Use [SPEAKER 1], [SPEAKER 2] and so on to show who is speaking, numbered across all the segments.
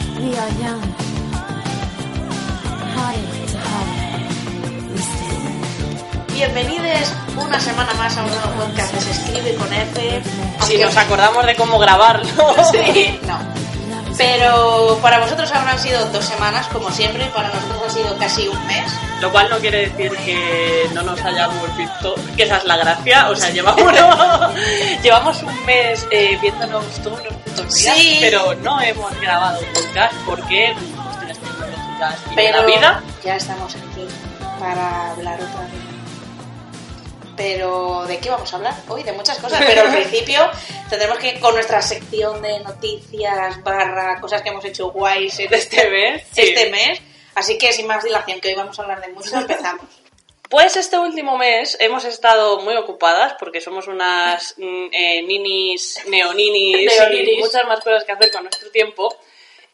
[SPEAKER 1] young, heartache to heart, we stand.
[SPEAKER 2] Bienvenidos una semana más a un nuevo podcast que se escribe con F.
[SPEAKER 3] Si
[SPEAKER 2] aunque-
[SPEAKER 3] nos acordamos de cómo grabarlo.
[SPEAKER 2] Sí, no.
[SPEAKER 1] Love is
[SPEAKER 2] Pero para vosotros habrán sido dos semanas, como siempre, para nosotros ha sido casi un mes.
[SPEAKER 3] Lo cual no quiere decir que no nos hayamos visto, que esa es la gracia. O sea, llevamos, llevamos un mes eh, viéndonos todos los putos días,
[SPEAKER 2] Sí.
[SPEAKER 3] pero no hemos grabado podcast porque cuestiones tecnológicas y de
[SPEAKER 2] Pero
[SPEAKER 3] la vida.
[SPEAKER 2] ya estamos aquí para hablar otra vez. Pero ¿de qué vamos a hablar hoy? De muchas cosas, pero al principio tendremos que ir con nuestra sección de noticias, barra, cosas que hemos hecho guays en
[SPEAKER 3] Este mes, sí.
[SPEAKER 2] Este mes. Así que sin más dilación, que hoy vamos a hablar de mucho, empezamos.
[SPEAKER 3] Pues este último mes hemos estado muy ocupadas porque somos unas mm, eh, ninis, neoninis,
[SPEAKER 2] Neoninis.
[SPEAKER 3] y muchas más cosas que hacer con nuestro tiempo.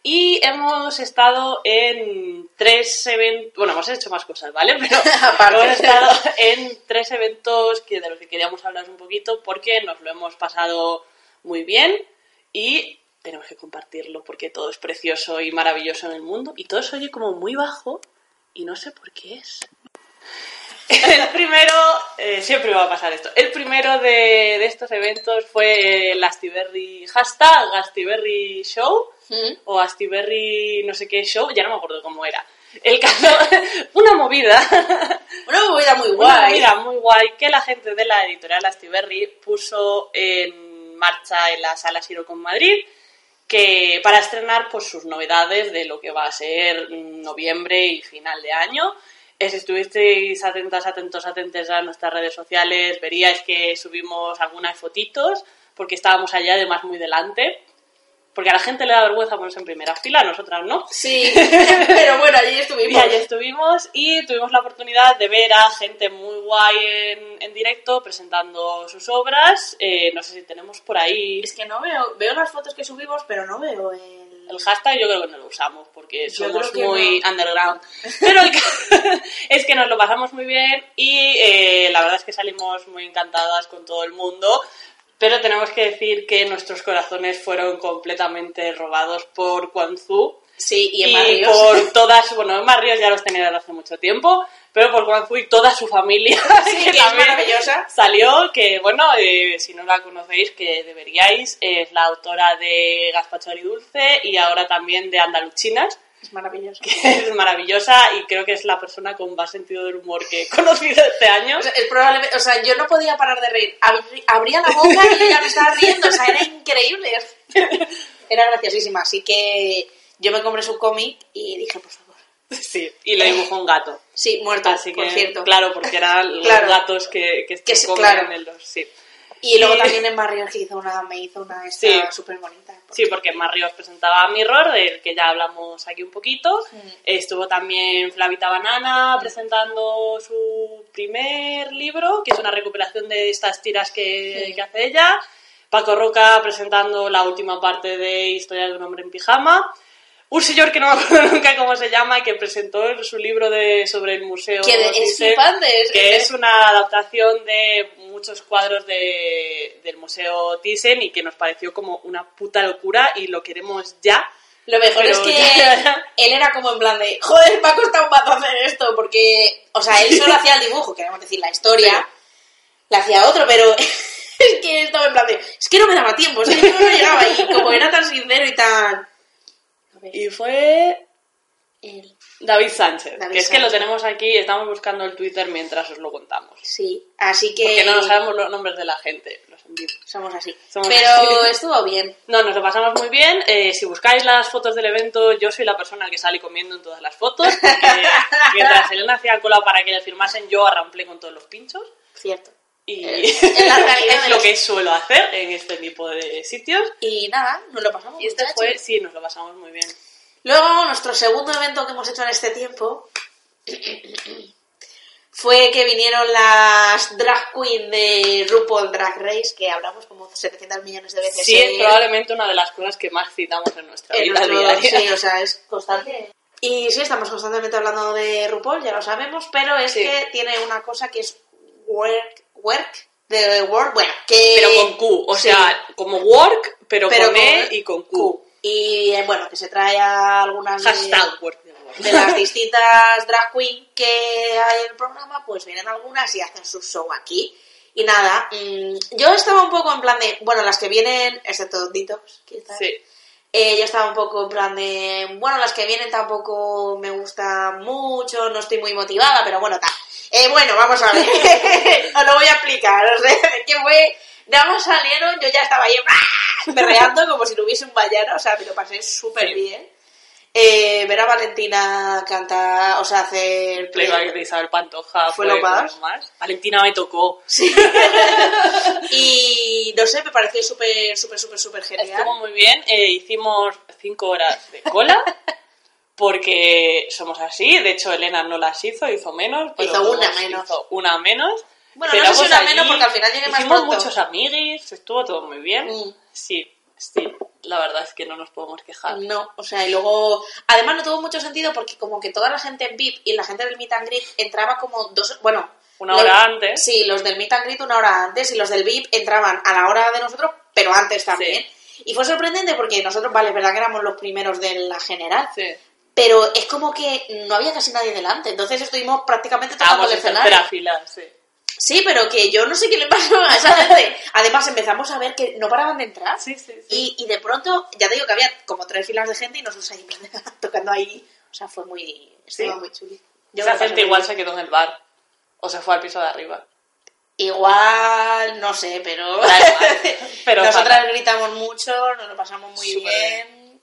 [SPEAKER 3] Y hemos estado en tres eventos, bueno, hemos hecho más cosas, ¿vale? Pero
[SPEAKER 2] Aparte.
[SPEAKER 3] hemos estado en tres eventos que de los que queríamos hablar un poquito porque nos lo hemos pasado muy bien y tenemos que compartirlo porque todo es precioso y maravilloso en el mundo y todo se oye como muy bajo y no sé por qué es. El primero, eh, siempre va a pasar esto, el primero de, de estos eventos fue el Astiberri hashtag, Astiberri Show o Astiberri no sé qué show, ya no me acuerdo cómo era. El caso, una movida
[SPEAKER 2] Una movida muy
[SPEAKER 3] una
[SPEAKER 2] guay.
[SPEAKER 3] movida muy guay que la gente de la editorial Astiberri puso en marcha en la sala Sirocon Madrid que para estrenar pues sus novedades de lo que va a ser mm, noviembre y final de año. Eh, Si estuvisteis atentas, atentos, atentas a nuestras redes sociales, veríais que subimos algunas fotitos porque estábamos allá además muy delante. Porque a la gente le da vergüenza ponerse en primera fila, a nosotras no.
[SPEAKER 2] Sí, pero bueno, allí
[SPEAKER 3] Y
[SPEAKER 2] estuvimos.
[SPEAKER 3] allí estuvimos y tuvimos la oportunidad de ver a gente muy guay en, en directo presentando sus obras. Eh, no sé si tenemos por ahí
[SPEAKER 2] Es que no veo, veo las fotos que subimos, pero no veo el...
[SPEAKER 3] el hashtag, yo creo que no lo usamos porque
[SPEAKER 2] Yo
[SPEAKER 3] somos
[SPEAKER 2] creo que
[SPEAKER 3] muy
[SPEAKER 2] no.
[SPEAKER 3] underground. Pero el ca- es que nos lo pasamos muy bien y eh, la verdad es que salimos muy encantadas con todo el mundo. Pero tenemos que decir que nuestros corazones fueron completamente robados por Kwan Zhu,
[SPEAKER 2] Sí, y
[SPEAKER 3] y,
[SPEAKER 2] en Barrios.
[SPEAKER 3] por todas, bueno, Emma Ríos ya los tenía desde hace mucho tiempo, pero por Juan Zui toda su familia,
[SPEAKER 2] Sí, que es maravillosa.
[SPEAKER 3] salió, que bueno, eh, si no la conocéis, que deberíais, es la autora de Gazpacho Dulce y ahora también de Andaluchinas,
[SPEAKER 2] Es maravilloso.
[SPEAKER 3] que es maravillosa y creo que es la persona con más sentido del humor que he conocido este año.
[SPEAKER 2] O sea, es probable- o sea, yo no podía parar de reír. Abrí- abría la boca y yo ya me estaba riendo. O sea, era increíble. Era graciosísima. Así que yo me compré su cómic y dije, por favor.
[SPEAKER 3] Sí, y le dibujó un gato.
[SPEAKER 2] Sí, muerto,
[SPEAKER 3] Así
[SPEAKER 2] por
[SPEAKER 3] que,
[SPEAKER 2] cierto.
[SPEAKER 3] claro, porque eran
[SPEAKER 2] Claro.
[SPEAKER 3] los gatos que, que,
[SPEAKER 2] Que
[SPEAKER 3] se
[SPEAKER 2] se-
[SPEAKER 3] comen
[SPEAKER 2] claro.
[SPEAKER 3] en los... Sí.
[SPEAKER 2] Y luego
[SPEAKER 3] Y-
[SPEAKER 2] también en Barrios que hizo una, me hizo una
[SPEAKER 3] Sí.
[SPEAKER 2] esta súper bonita.
[SPEAKER 3] Sí, porque Mario os presentaba Mirror, del que ya hablamos aquí un poquito.
[SPEAKER 2] Sí.
[SPEAKER 3] Estuvo también Flavita Banana presentando su primer libro, que es una recuperación de estas tiras que,
[SPEAKER 2] Sí.
[SPEAKER 3] que hace ella. Paco Roca presentando la última parte de Historia de un hombre en pijama. Un señor que no me acuerdo nunca cómo se llama, que presentó su libro de, sobre el museo.
[SPEAKER 2] Que de- es
[SPEAKER 3] Thyssen
[SPEAKER 2] flipante. es-
[SPEAKER 3] que es una adaptación de muchos cuadros de- del Museo Thyssen y que nos pareció como una puta locura y lo queremos ya.
[SPEAKER 2] Lo mejor
[SPEAKER 3] Pero
[SPEAKER 2] es que
[SPEAKER 3] ya-
[SPEAKER 2] él era como en plan de, joder, me ha costado un mato hacer esto, porque, o sea, él solo hacía el dibujo, queremos decir, la historia, la hacía otro, pero es que él estaba en plan de, es que no me daba tiempo, es que yo no llegaba, y como era tan sincero y tan... A ver,
[SPEAKER 3] Y fue
[SPEAKER 2] él,
[SPEAKER 3] David Sánchez,
[SPEAKER 2] David
[SPEAKER 3] que es que lo
[SPEAKER 2] Sánchez.
[SPEAKER 3] tenemos aquí y estamos buscando el Twitter mientras os lo contamos.
[SPEAKER 2] sí, así que...
[SPEAKER 3] Porque no nos sabemos los nombres de la gente, los envidio.
[SPEAKER 2] Somos así.
[SPEAKER 3] Somos
[SPEAKER 2] pero
[SPEAKER 3] así.
[SPEAKER 2] estuvo bien.
[SPEAKER 3] No, nos lo pasamos muy bien. Eh, si buscáis las fotos del evento, yo soy la persona que sale comiendo en todas las fotos. porque mientras Elena hacía cola para que le firmasen, yo arramplé con todos los pinchos.
[SPEAKER 2] Cierto.
[SPEAKER 3] Y
[SPEAKER 2] Eh, es la realidad de
[SPEAKER 3] es lo
[SPEAKER 2] los-
[SPEAKER 3] que suelo hacer en este tipo de sitios.
[SPEAKER 2] Y nada, nos lo pasamos.
[SPEAKER 3] Y este
[SPEAKER 2] muchachos.
[SPEAKER 3] fue, sí, nos lo pasamos muy bien.
[SPEAKER 2] Luego, nuestro segundo evento que hemos hecho en este tiempo fue que vinieron las drag queen de RuPaul Drag Race, que hablamos como 700 millones de veces.
[SPEAKER 3] Sí, es
[SPEAKER 2] en-
[SPEAKER 3] probablemente una de las cosas que más citamos en nuestra
[SPEAKER 2] en
[SPEAKER 3] vida
[SPEAKER 2] nuestro-
[SPEAKER 3] diaria.
[SPEAKER 2] Sí, o sea, es constante. Y sí, estamos constantemente hablando de RuPaul, ya lo sabemos, pero es
[SPEAKER 3] Sí.
[SPEAKER 2] que tiene una cosa que es work, work, de work, bueno, que...
[SPEAKER 3] Pero con Q, o
[SPEAKER 2] sí.
[SPEAKER 3] sea, como work, pero,
[SPEAKER 2] Pero
[SPEAKER 3] con
[SPEAKER 2] con
[SPEAKER 3] E y con Q.
[SPEAKER 2] Q. Y eh, bueno, que se trae a algunas de-
[SPEAKER 3] Hashtag Word de Word.
[SPEAKER 2] de las distintas drag queen que hay en el programa, pues vienen algunas y hacen su show aquí. Y nada, mm, yo estaba un poco en plan de, bueno, las que vienen, excepto Detox, quizás.
[SPEAKER 3] Sí.
[SPEAKER 2] Eh, yo estaba un poco en plan de, bueno, las que vienen tampoco me gustan mucho, no estoy muy motivada, pero bueno, tal. Eh, bueno, vamos a ver, os lo voy a explicar, o sea, que fue, vamos salieron, yo ya estaba ahí, ¡ah! berreando como si no hubiese un vallano, o sea, me lo pasé súper
[SPEAKER 3] Sí.
[SPEAKER 2] bien. Eh, ver a Valentina cantar, o sea, hacer
[SPEAKER 3] Playback de Isabel Pantoja
[SPEAKER 2] Fue
[SPEAKER 3] fue,
[SPEAKER 2] lo
[SPEAKER 3] lo
[SPEAKER 2] más.
[SPEAKER 3] más. Valentina me tocó.
[SPEAKER 2] y no sé, me pareció súper, súper, súper, súper genial.
[SPEAKER 3] Estuvo muy bien. eh, hicimos cinco horas de cola. Porque somos así, de hecho Elena no las hizo, hizo menos. Pero
[SPEAKER 2] Hizo una
[SPEAKER 3] todos
[SPEAKER 2] menos.
[SPEAKER 3] hizo una menos.
[SPEAKER 2] Bueno, no sé si
[SPEAKER 3] Esperamos
[SPEAKER 2] una menos
[SPEAKER 3] allí,
[SPEAKER 2] porque al final llegué más
[SPEAKER 3] Hicimos
[SPEAKER 2] pronto.
[SPEAKER 3] muchos amiguis, estuvo todo muy bien.
[SPEAKER 2] Mm.
[SPEAKER 3] Sí, sí, la verdad es que no nos podemos quejar.
[SPEAKER 2] Ah, No, o sea, y luego. Además, no tuvo mucho sentido porque, como que toda la gente en VIP y la gente del meet and greet entraba como dos. Bueno.
[SPEAKER 3] Una
[SPEAKER 2] lo-
[SPEAKER 3] hora antes.
[SPEAKER 2] Sí, los del meet and greet una hora antes y los del VIP entraban a la hora de nosotros, pero antes también. Y fue sorprendente porque nosotros, vale, es verdad que éramos los primeros de la general,
[SPEAKER 3] Sí.
[SPEAKER 2] pero es como que no había casi nadie delante. Entonces estuvimos prácticamente tocando
[SPEAKER 3] Estábamos
[SPEAKER 2] el
[SPEAKER 3] en
[SPEAKER 2] escenario.
[SPEAKER 3] tercera fila, sí.
[SPEAKER 2] Sí, pero que yo no sé qué le pasó a esa gente. Además, empezamos a ver que no paraban de entrar.
[SPEAKER 3] Sí, sí, sí.
[SPEAKER 2] Y, y de pronto, ya te digo que había como tres filas de gente y nosotros ahí en plan, tocando ahí. O sea, fue muy. Estuvo
[SPEAKER 3] Sí.
[SPEAKER 2] muy chulo. Yo me
[SPEAKER 3] Esa
[SPEAKER 2] lo pasé
[SPEAKER 3] gente
[SPEAKER 2] muy
[SPEAKER 3] igual
[SPEAKER 2] bien.
[SPEAKER 3] se quedó en el bar. O se fue al piso de arriba.
[SPEAKER 2] Igual, no sé, pero.
[SPEAKER 3] Da igual. Pero
[SPEAKER 2] Nosotras
[SPEAKER 3] fatal.
[SPEAKER 2] gritamos mucho, nos lo pasamos muy
[SPEAKER 3] Súper
[SPEAKER 2] bien.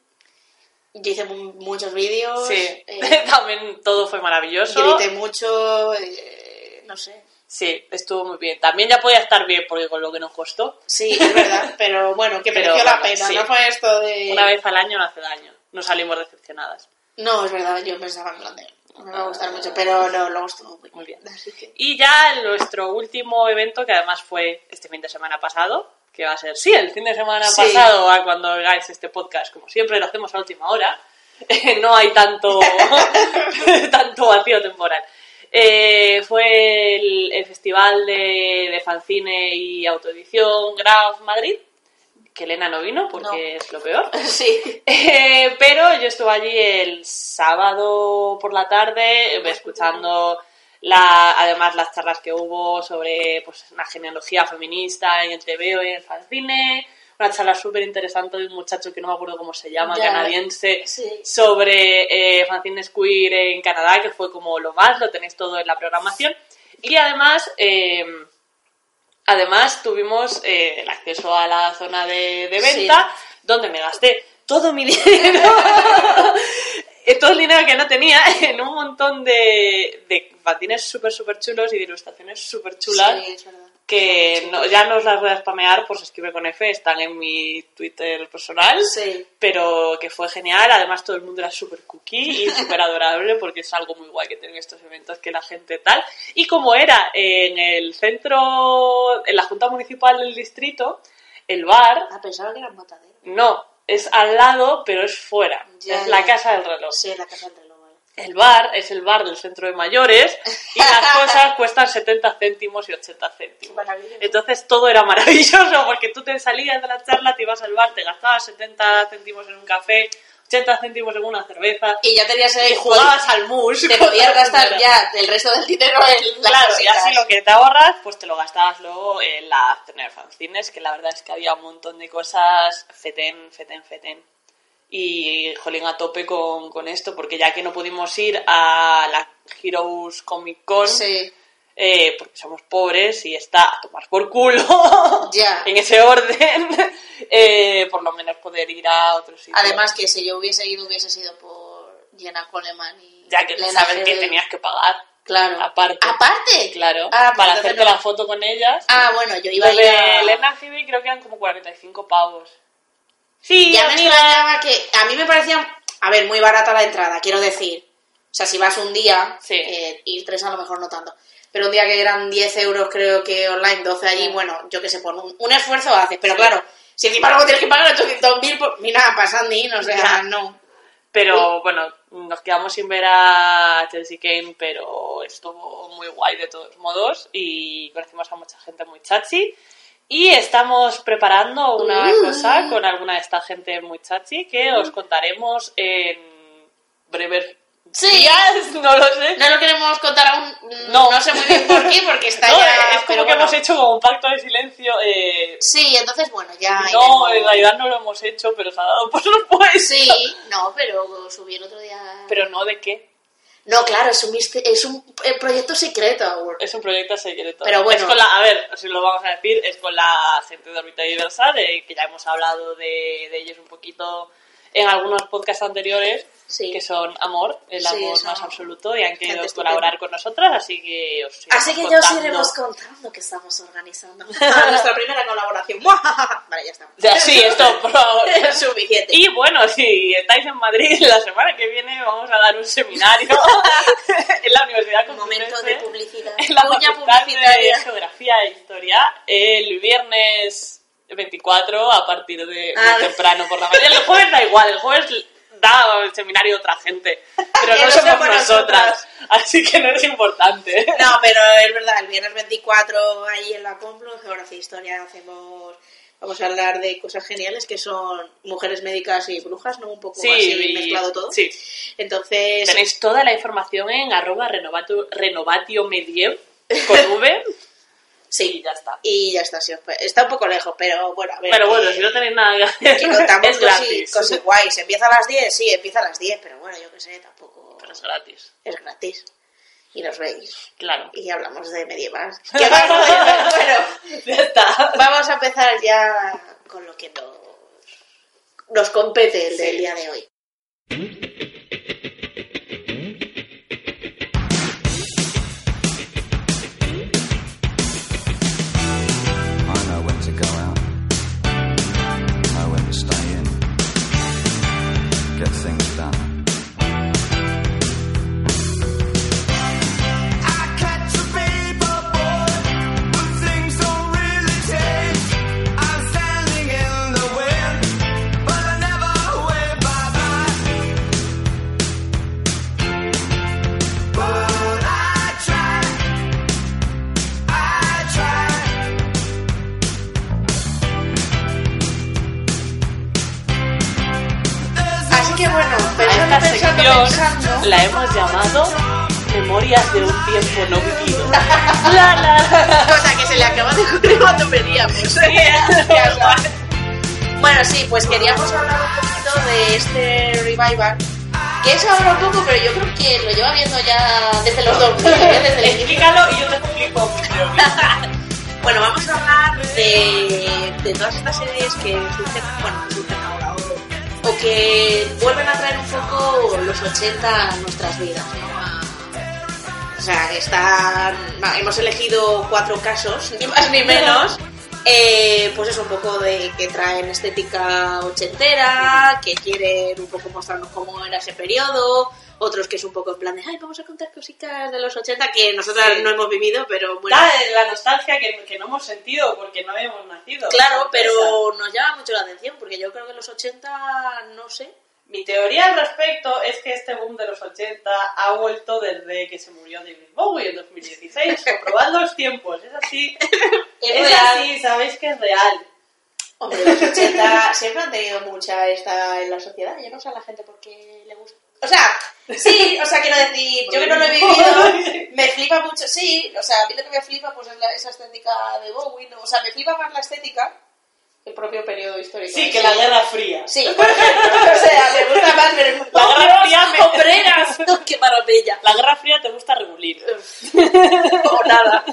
[SPEAKER 2] Yo hice mu- muchos vídeos.
[SPEAKER 3] Sí.
[SPEAKER 2] eh,
[SPEAKER 3] También todo fue maravilloso.
[SPEAKER 2] grité mucho. eh, no sé.
[SPEAKER 3] Sí, estuvo muy bien. También ya podía estar bien porque con lo que nos costó.
[SPEAKER 2] Sí, es verdad, pero bueno, que
[SPEAKER 3] Pero
[SPEAKER 2] mereció la
[SPEAKER 3] bueno,
[SPEAKER 2] pena.
[SPEAKER 3] sí.
[SPEAKER 2] No fue esto de.
[SPEAKER 3] Una vez al año no hace daño. No salimos decepcionadas.
[SPEAKER 2] No, es verdad, yo pensaba en Londres. No me va a gustar mucho, pero no, luego estuvo muy,
[SPEAKER 3] Ah. Muy bien.
[SPEAKER 2] Así que...
[SPEAKER 3] Y ya en nuestro último evento, que además fue este fin de semana pasado, que va a ser, sí, el fin de semana
[SPEAKER 2] Sí.
[SPEAKER 3] pasado, a cuando hagáis este podcast, como siempre lo hacemos a última hora, no hay tanto, tanto vacío temporal. Eh, fue el, el festival de, de fanzine y autoedición Graf Madrid, que Elena no vino porque es lo peor.
[SPEAKER 2] Sí.
[SPEAKER 3] Eh, pero yo estuve allí el sábado por la tarde eh, escuchando la, además las charlas que hubo sobre pues, la genealogía feminista en el TVO y en el fanzine. Una charla súper interesante de un muchacho que no me acuerdo cómo se llama,
[SPEAKER 2] Ya,
[SPEAKER 3] canadiense,
[SPEAKER 2] sí.
[SPEAKER 3] sobre eh, fanzines queer en Canadá, que fue como lo más, lo tenéis todo en la programación. Y además... eh, Además, tuvimos eh, el acceso a la zona de, de venta, donde me gasté todo mi dinero, eh, todo el dinero que no tenía, en un montón de, de patines súper, súper chulos y de ilustraciones súper chulas.
[SPEAKER 2] Sí, es verdad.
[SPEAKER 3] Que no- ya no os las voy a spamear, por si escribe con F, están en mi Twitter personal.
[SPEAKER 2] Sí.
[SPEAKER 3] Pero que fue genial, además todo el mundo era súper cookie y súper adorable porque es algo muy guay que tienen estos eventos que la gente tal. Y como era en el centro, en la Junta Municipal del Distrito, el bar,
[SPEAKER 2] Ah, pensaba que era un botadero.
[SPEAKER 3] no, es al lado pero es fuera,
[SPEAKER 2] Ya,
[SPEAKER 3] es la
[SPEAKER 2] ya.
[SPEAKER 3] casa del reloj.
[SPEAKER 2] Sí, la casa del reloj. vale.
[SPEAKER 3] El bar es el bar del centro de mayores y las cosas cuestan 70 céntimos y 80 céntimos.
[SPEAKER 2] Maravilloso.
[SPEAKER 3] Entonces todo era maravilloso porque tú te salías de la charla, te ibas al bar, te gastabas 70 céntimos en un café, 80 céntimos en una cerveza
[SPEAKER 2] Y ya tenías el
[SPEAKER 3] y jugabas al mus.
[SPEAKER 2] Te podías gastar ya el resto del dinero en las
[SPEAKER 3] Claro, y
[SPEAKER 2] cositas.
[SPEAKER 3] así lo que te ahorras, pues te lo gastabas luego en la cena de fanzines, que la verdad es que había un montón de cosas fetén, fetén, fetén. Y jolín a tope con, con esto, porque ya que no pudimos ir a la Heroes Comic Con,
[SPEAKER 2] Sí,
[SPEAKER 3] eh, porque somos pobres y está a tomar por culo
[SPEAKER 2] ya.
[SPEAKER 3] en ese orden, eh, por lo menos poder ir a otros sitios.
[SPEAKER 2] Además que si yo hubiese ido, hubiese sido por Jenna Coleman y...
[SPEAKER 3] ya que
[SPEAKER 2] Lena
[SPEAKER 3] sabes que
[SPEAKER 2] Headey.
[SPEAKER 3] tenías que pagar,
[SPEAKER 2] Claro.
[SPEAKER 3] aparte.
[SPEAKER 2] ¿Aparte?
[SPEAKER 3] claro,
[SPEAKER 2] Ah, pues
[SPEAKER 3] para
[SPEAKER 2] entonces
[SPEAKER 3] hacerte
[SPEAKER 2] no.
[SPEAKER 3] la foto con ellas.
[SPEAKER 2] Ah, bueno, yo iba
[SPEAKER 3] Lo
[SPEAKER 2] a ir
[SPEAKER 3] de
[SPEAKER 2] a...
[SPEAKER 3] Elena Headey creo que eran como 45 pavos. Sí,
[SPEAKER 2] Ya me
[SPEAKER 3] amiga.
[SPEAKER 2] extrañaba que. A mí me parecía. A ver, muy barata la entrada, quiero decir. O sea, si vas un día,
[SPEAKER 3] Sí.
[SPEAKER 2] eh, ir tres a lo mejor no tanto. Pero un día que eran 10 euros, creo que online, 12 allí,
[SPEAKER 3] Sí.
[SPEAKER 2] bueno, yo qué sé, por un, un esfuerzo haces. Pero claro, si encima luego tienes que pagar 800.000 por. Mira, pasando, o sea,
[SPEAKER 3] Ya.
[SPEAKER 2] no.
[SPEAKER 3] Pero bueno, nos quedamos sin ver a Chelsea Kane, pero estuvo muy guay de todos modos y conocimos a mucha gente muy chachi. Y estamos preparando una
[SPEAKER 2] Mm.
[SPEAKER 3] cosa con alguna de esta gente muy chachi que os contaremos en breves
[SPEAKER 2] Sí.
[SPEAKER 3] días, no lo sé.
[SPEAKER 2] No lo queremos contar aún. mm, No.
[SPEAKER 3] No.
[SPEAKER 2] sé muy bien por qué, porque está
[SPEAKER 3] No,
[SPEAKER 2] ya.
[SPEAKER 3] es como
[SPEAKER 2] pero
[SPEAKER 3] que
[SPEAKER 2] bueno.
[SPEAKER 3] hemos hecho como un pacto de silencio. eh,
[SPEAKER 2] Sí, entonces, bueno, ya.
[SPEAKER 3] no,
[SPEAKER 2] iremos-
[SPEAKER 3] en realidad no lo hemos hecho, pero se ha dado por supuesto.
[SPEAKER 2] Sí, no, pero subí el otro día.
[SPEAKER 3] Pero no de qué.
[SPEAKER 2] No, claro, es un, miste- es un eh, proyecto secreto aún.
[SPEAKER 3] Es un proyecto secreto.
[SPEAKER 2] Pero bueno.
[SPEAKER 3] Es con la, a ver, si lo vamos a decir, es con la gente de órbita diversa, de- que ya hemos hablado de, de ellos un poquito en algunos podcasts anteriores,
[SPEAKER 2] Sí.
[SPEAKER 3] que son Amor, el
[SPEAKER 2] Sí,
[SPEAKER 3] amor
[SPEAKER 2] son
[SPEAKER 3] más absoluto, y han
[SPEAKER 2] gente
[SPEAKER 3] querido
[SPEAKER 2] estupenda.
[SPEAKER 3] colaborar con nosotras, así que os iremos
[SPEAKER 2] Así que ya os
[SPEAKER 3] contando.
[SPEAKER 2] iremos contando que estamos organizando. Nuestra primera colaboración. vale, ya estamos.
[SPEAKER 3] Ya, sí, esto, por favor.
[SPEAKER 2] es suficiente.
[SPEAKER 3] Y bueno, si estáis en Madrid la semana que viene vamos a dar un seminario en la Universidad
[SPEAKER 2] Un momento de
[SPEAKER 3] Complutense.
[SPEAKER 2] publicidad.
[SPEAKER 3] en la
[SPEAKER 2] Cuña
[SPEAKER 3] Facultad de
[SPEAKER 2] publicitaria.
[SPEAKER 3] Geografía e Historia el viernes 24 a partir de muy
[SPEAKER 2] Ah.
[SPEAKER 3] temprano por la mañana. El jueves da igual, el jueves da el seminario otra gente, pero
[SPEAKER 2] Que
[SPEAKER 3] no
[SPEAKER 2] no
[SPEAKER 3] somos
[SPEAKER 2] seamos
[SPEAKER 3] nosotras, así que no es importante.
[SPEAKER 2] No, pero es verdad, el viernes 24 ahí en la Complu, en Geografía e Historia, hacemos... Vamos a hablar de cosas geniales que son mujeres médicas y brujas, ¿no? Un poco así
[SPEAKER 3] y-
[SPEAKER 2] mezclado todo.
[SPEAKER 3] sí.
[SPEAKER 2] Entonces...
[SPEAKER 3] Tenéis toda la información en arroba renovato, renovatiomedio con V y
[SPEAKER 2] Sí,
[SPEAKER 3] ya está.
[SPEAKER 2] y ya está. sí, pues, está un poco lejos, pero bueno, a ver.
[SPEAKER 3] Pero bueno,
[SPEAKER 2] eh,
[SPEAKER 3] si no tenéis nada que
[SPEAKER 2] que
[SPEAKER 3] hacer,
[SPEAKER 2] contamos
[SPEAKER 3] es gratis.
[SPEAKER 2] cosi- cosas guays. ¿Empieza a las 10? Sí, empieza a las 10, pero bueno, yo qué sé, tampoco...
[SPEAKER 3] Pero es gratis,
[SPEAKER 2] Es gratis. Y nos veis.
[SPEAKER 3] claro.
[SPEAKER 2] Y hablamos de medievales. ¡Qué mal rollo! Bueno...
[SPEAKER 3] Ya está.
[SPEAKER 2] Vamos a empezar ya con lo que nos, nos compete el del
[SPEAKER 3] Sí.
[SPEAKER 2] día de hoy.
[SPEAKER 4] I know when to go out. Know when to stay in. Get things done.
[SPEAKER 5] I catch a paper boy, but things don't really change. I'm standing in the wind, but I never wave bye bye. But I try, I try.
[SPEAKER 2] Así que bueno,
[SPEAKER 3] A
[SPEAKER 2] pensando,
[SPEAKER 3] esta
[SPEAKER 2] pensando, pensando.
[SPEAKER 3] sección la hemos llamado Memorias de un tiempo no vivido. La, la.
[SPEAKER 2] Cosa que se le acaba de ocurrir cuando pedíamos. ¿eh? Ya está. bueno, sí, pues queríamos hablar un poquito de este revival. Que eso habla un poco, pero yo creo que lo lleva viendo ya desde los 2000, ¿eh? desde el inicio.
[SPEAKER 3] Explícalo y yo te explico. mi teoría.
[SPEAKER 2] Bueno, vamos a hablar de, de todas estas series que surgen, bueno, que surgen ahora o, o que vuelven a traer un poco los 80 a nuestras vidas. ¿no? A- O sea, que están, va, hemos elegido cuatro casos, ni más ni menos. Eh, pues es un poco de que traen estética ochentera, que quieren un poco mostrarnos cómo era ese periodo, otros que es un poco en plan de, ay, vamos a contar cositas de los 80 que nosotras
[SPEAKER 3] Sí.
[SPEAKER 2] no hemos vivido, pero bueno.
[SPEAKER 3] Da la nostalgia que, que no hemos sentido porque no habíamos nacido.
[SPEAKER 2] Claro, pero nos llama mucho la atención porque yo creo que los 80, no sé.
[SPEAKER 3] Mi teoría al respecto es que este boom de los 80 ha vuelto desde que se murió David Bowie en 2016. Comprobad los tiempos, es así. Es así, sabéis que es real.
[SPEAKER 2] Hombre, los 80 siempre han tenido mucha esta en la sociedad. Yo no sé a la gente por qué le gusta. O sea, sí, o sea, quiero decir, yo que no lo he vivido, me flipa mucho. Sí, o sea, a mí lo que me flipa pues es la- esa estética de Bowie. ¿no? O sea, me flipa más la estética que el propio periodo histórico.
[SPEAKER 3] Sí, que la Guerra Fría.
[SPEAKER 2] Sí, por ejemplo. O sea, me gusta más ver el
[SPEAKER 3] La Guerra Fría me-
[SPEAKER 2] ¡Hombreras! ¡Qué maravilla!
[SPEAKER 3] La Guerra Fría te gusta regulir.
[SPEAKER 2] o nada.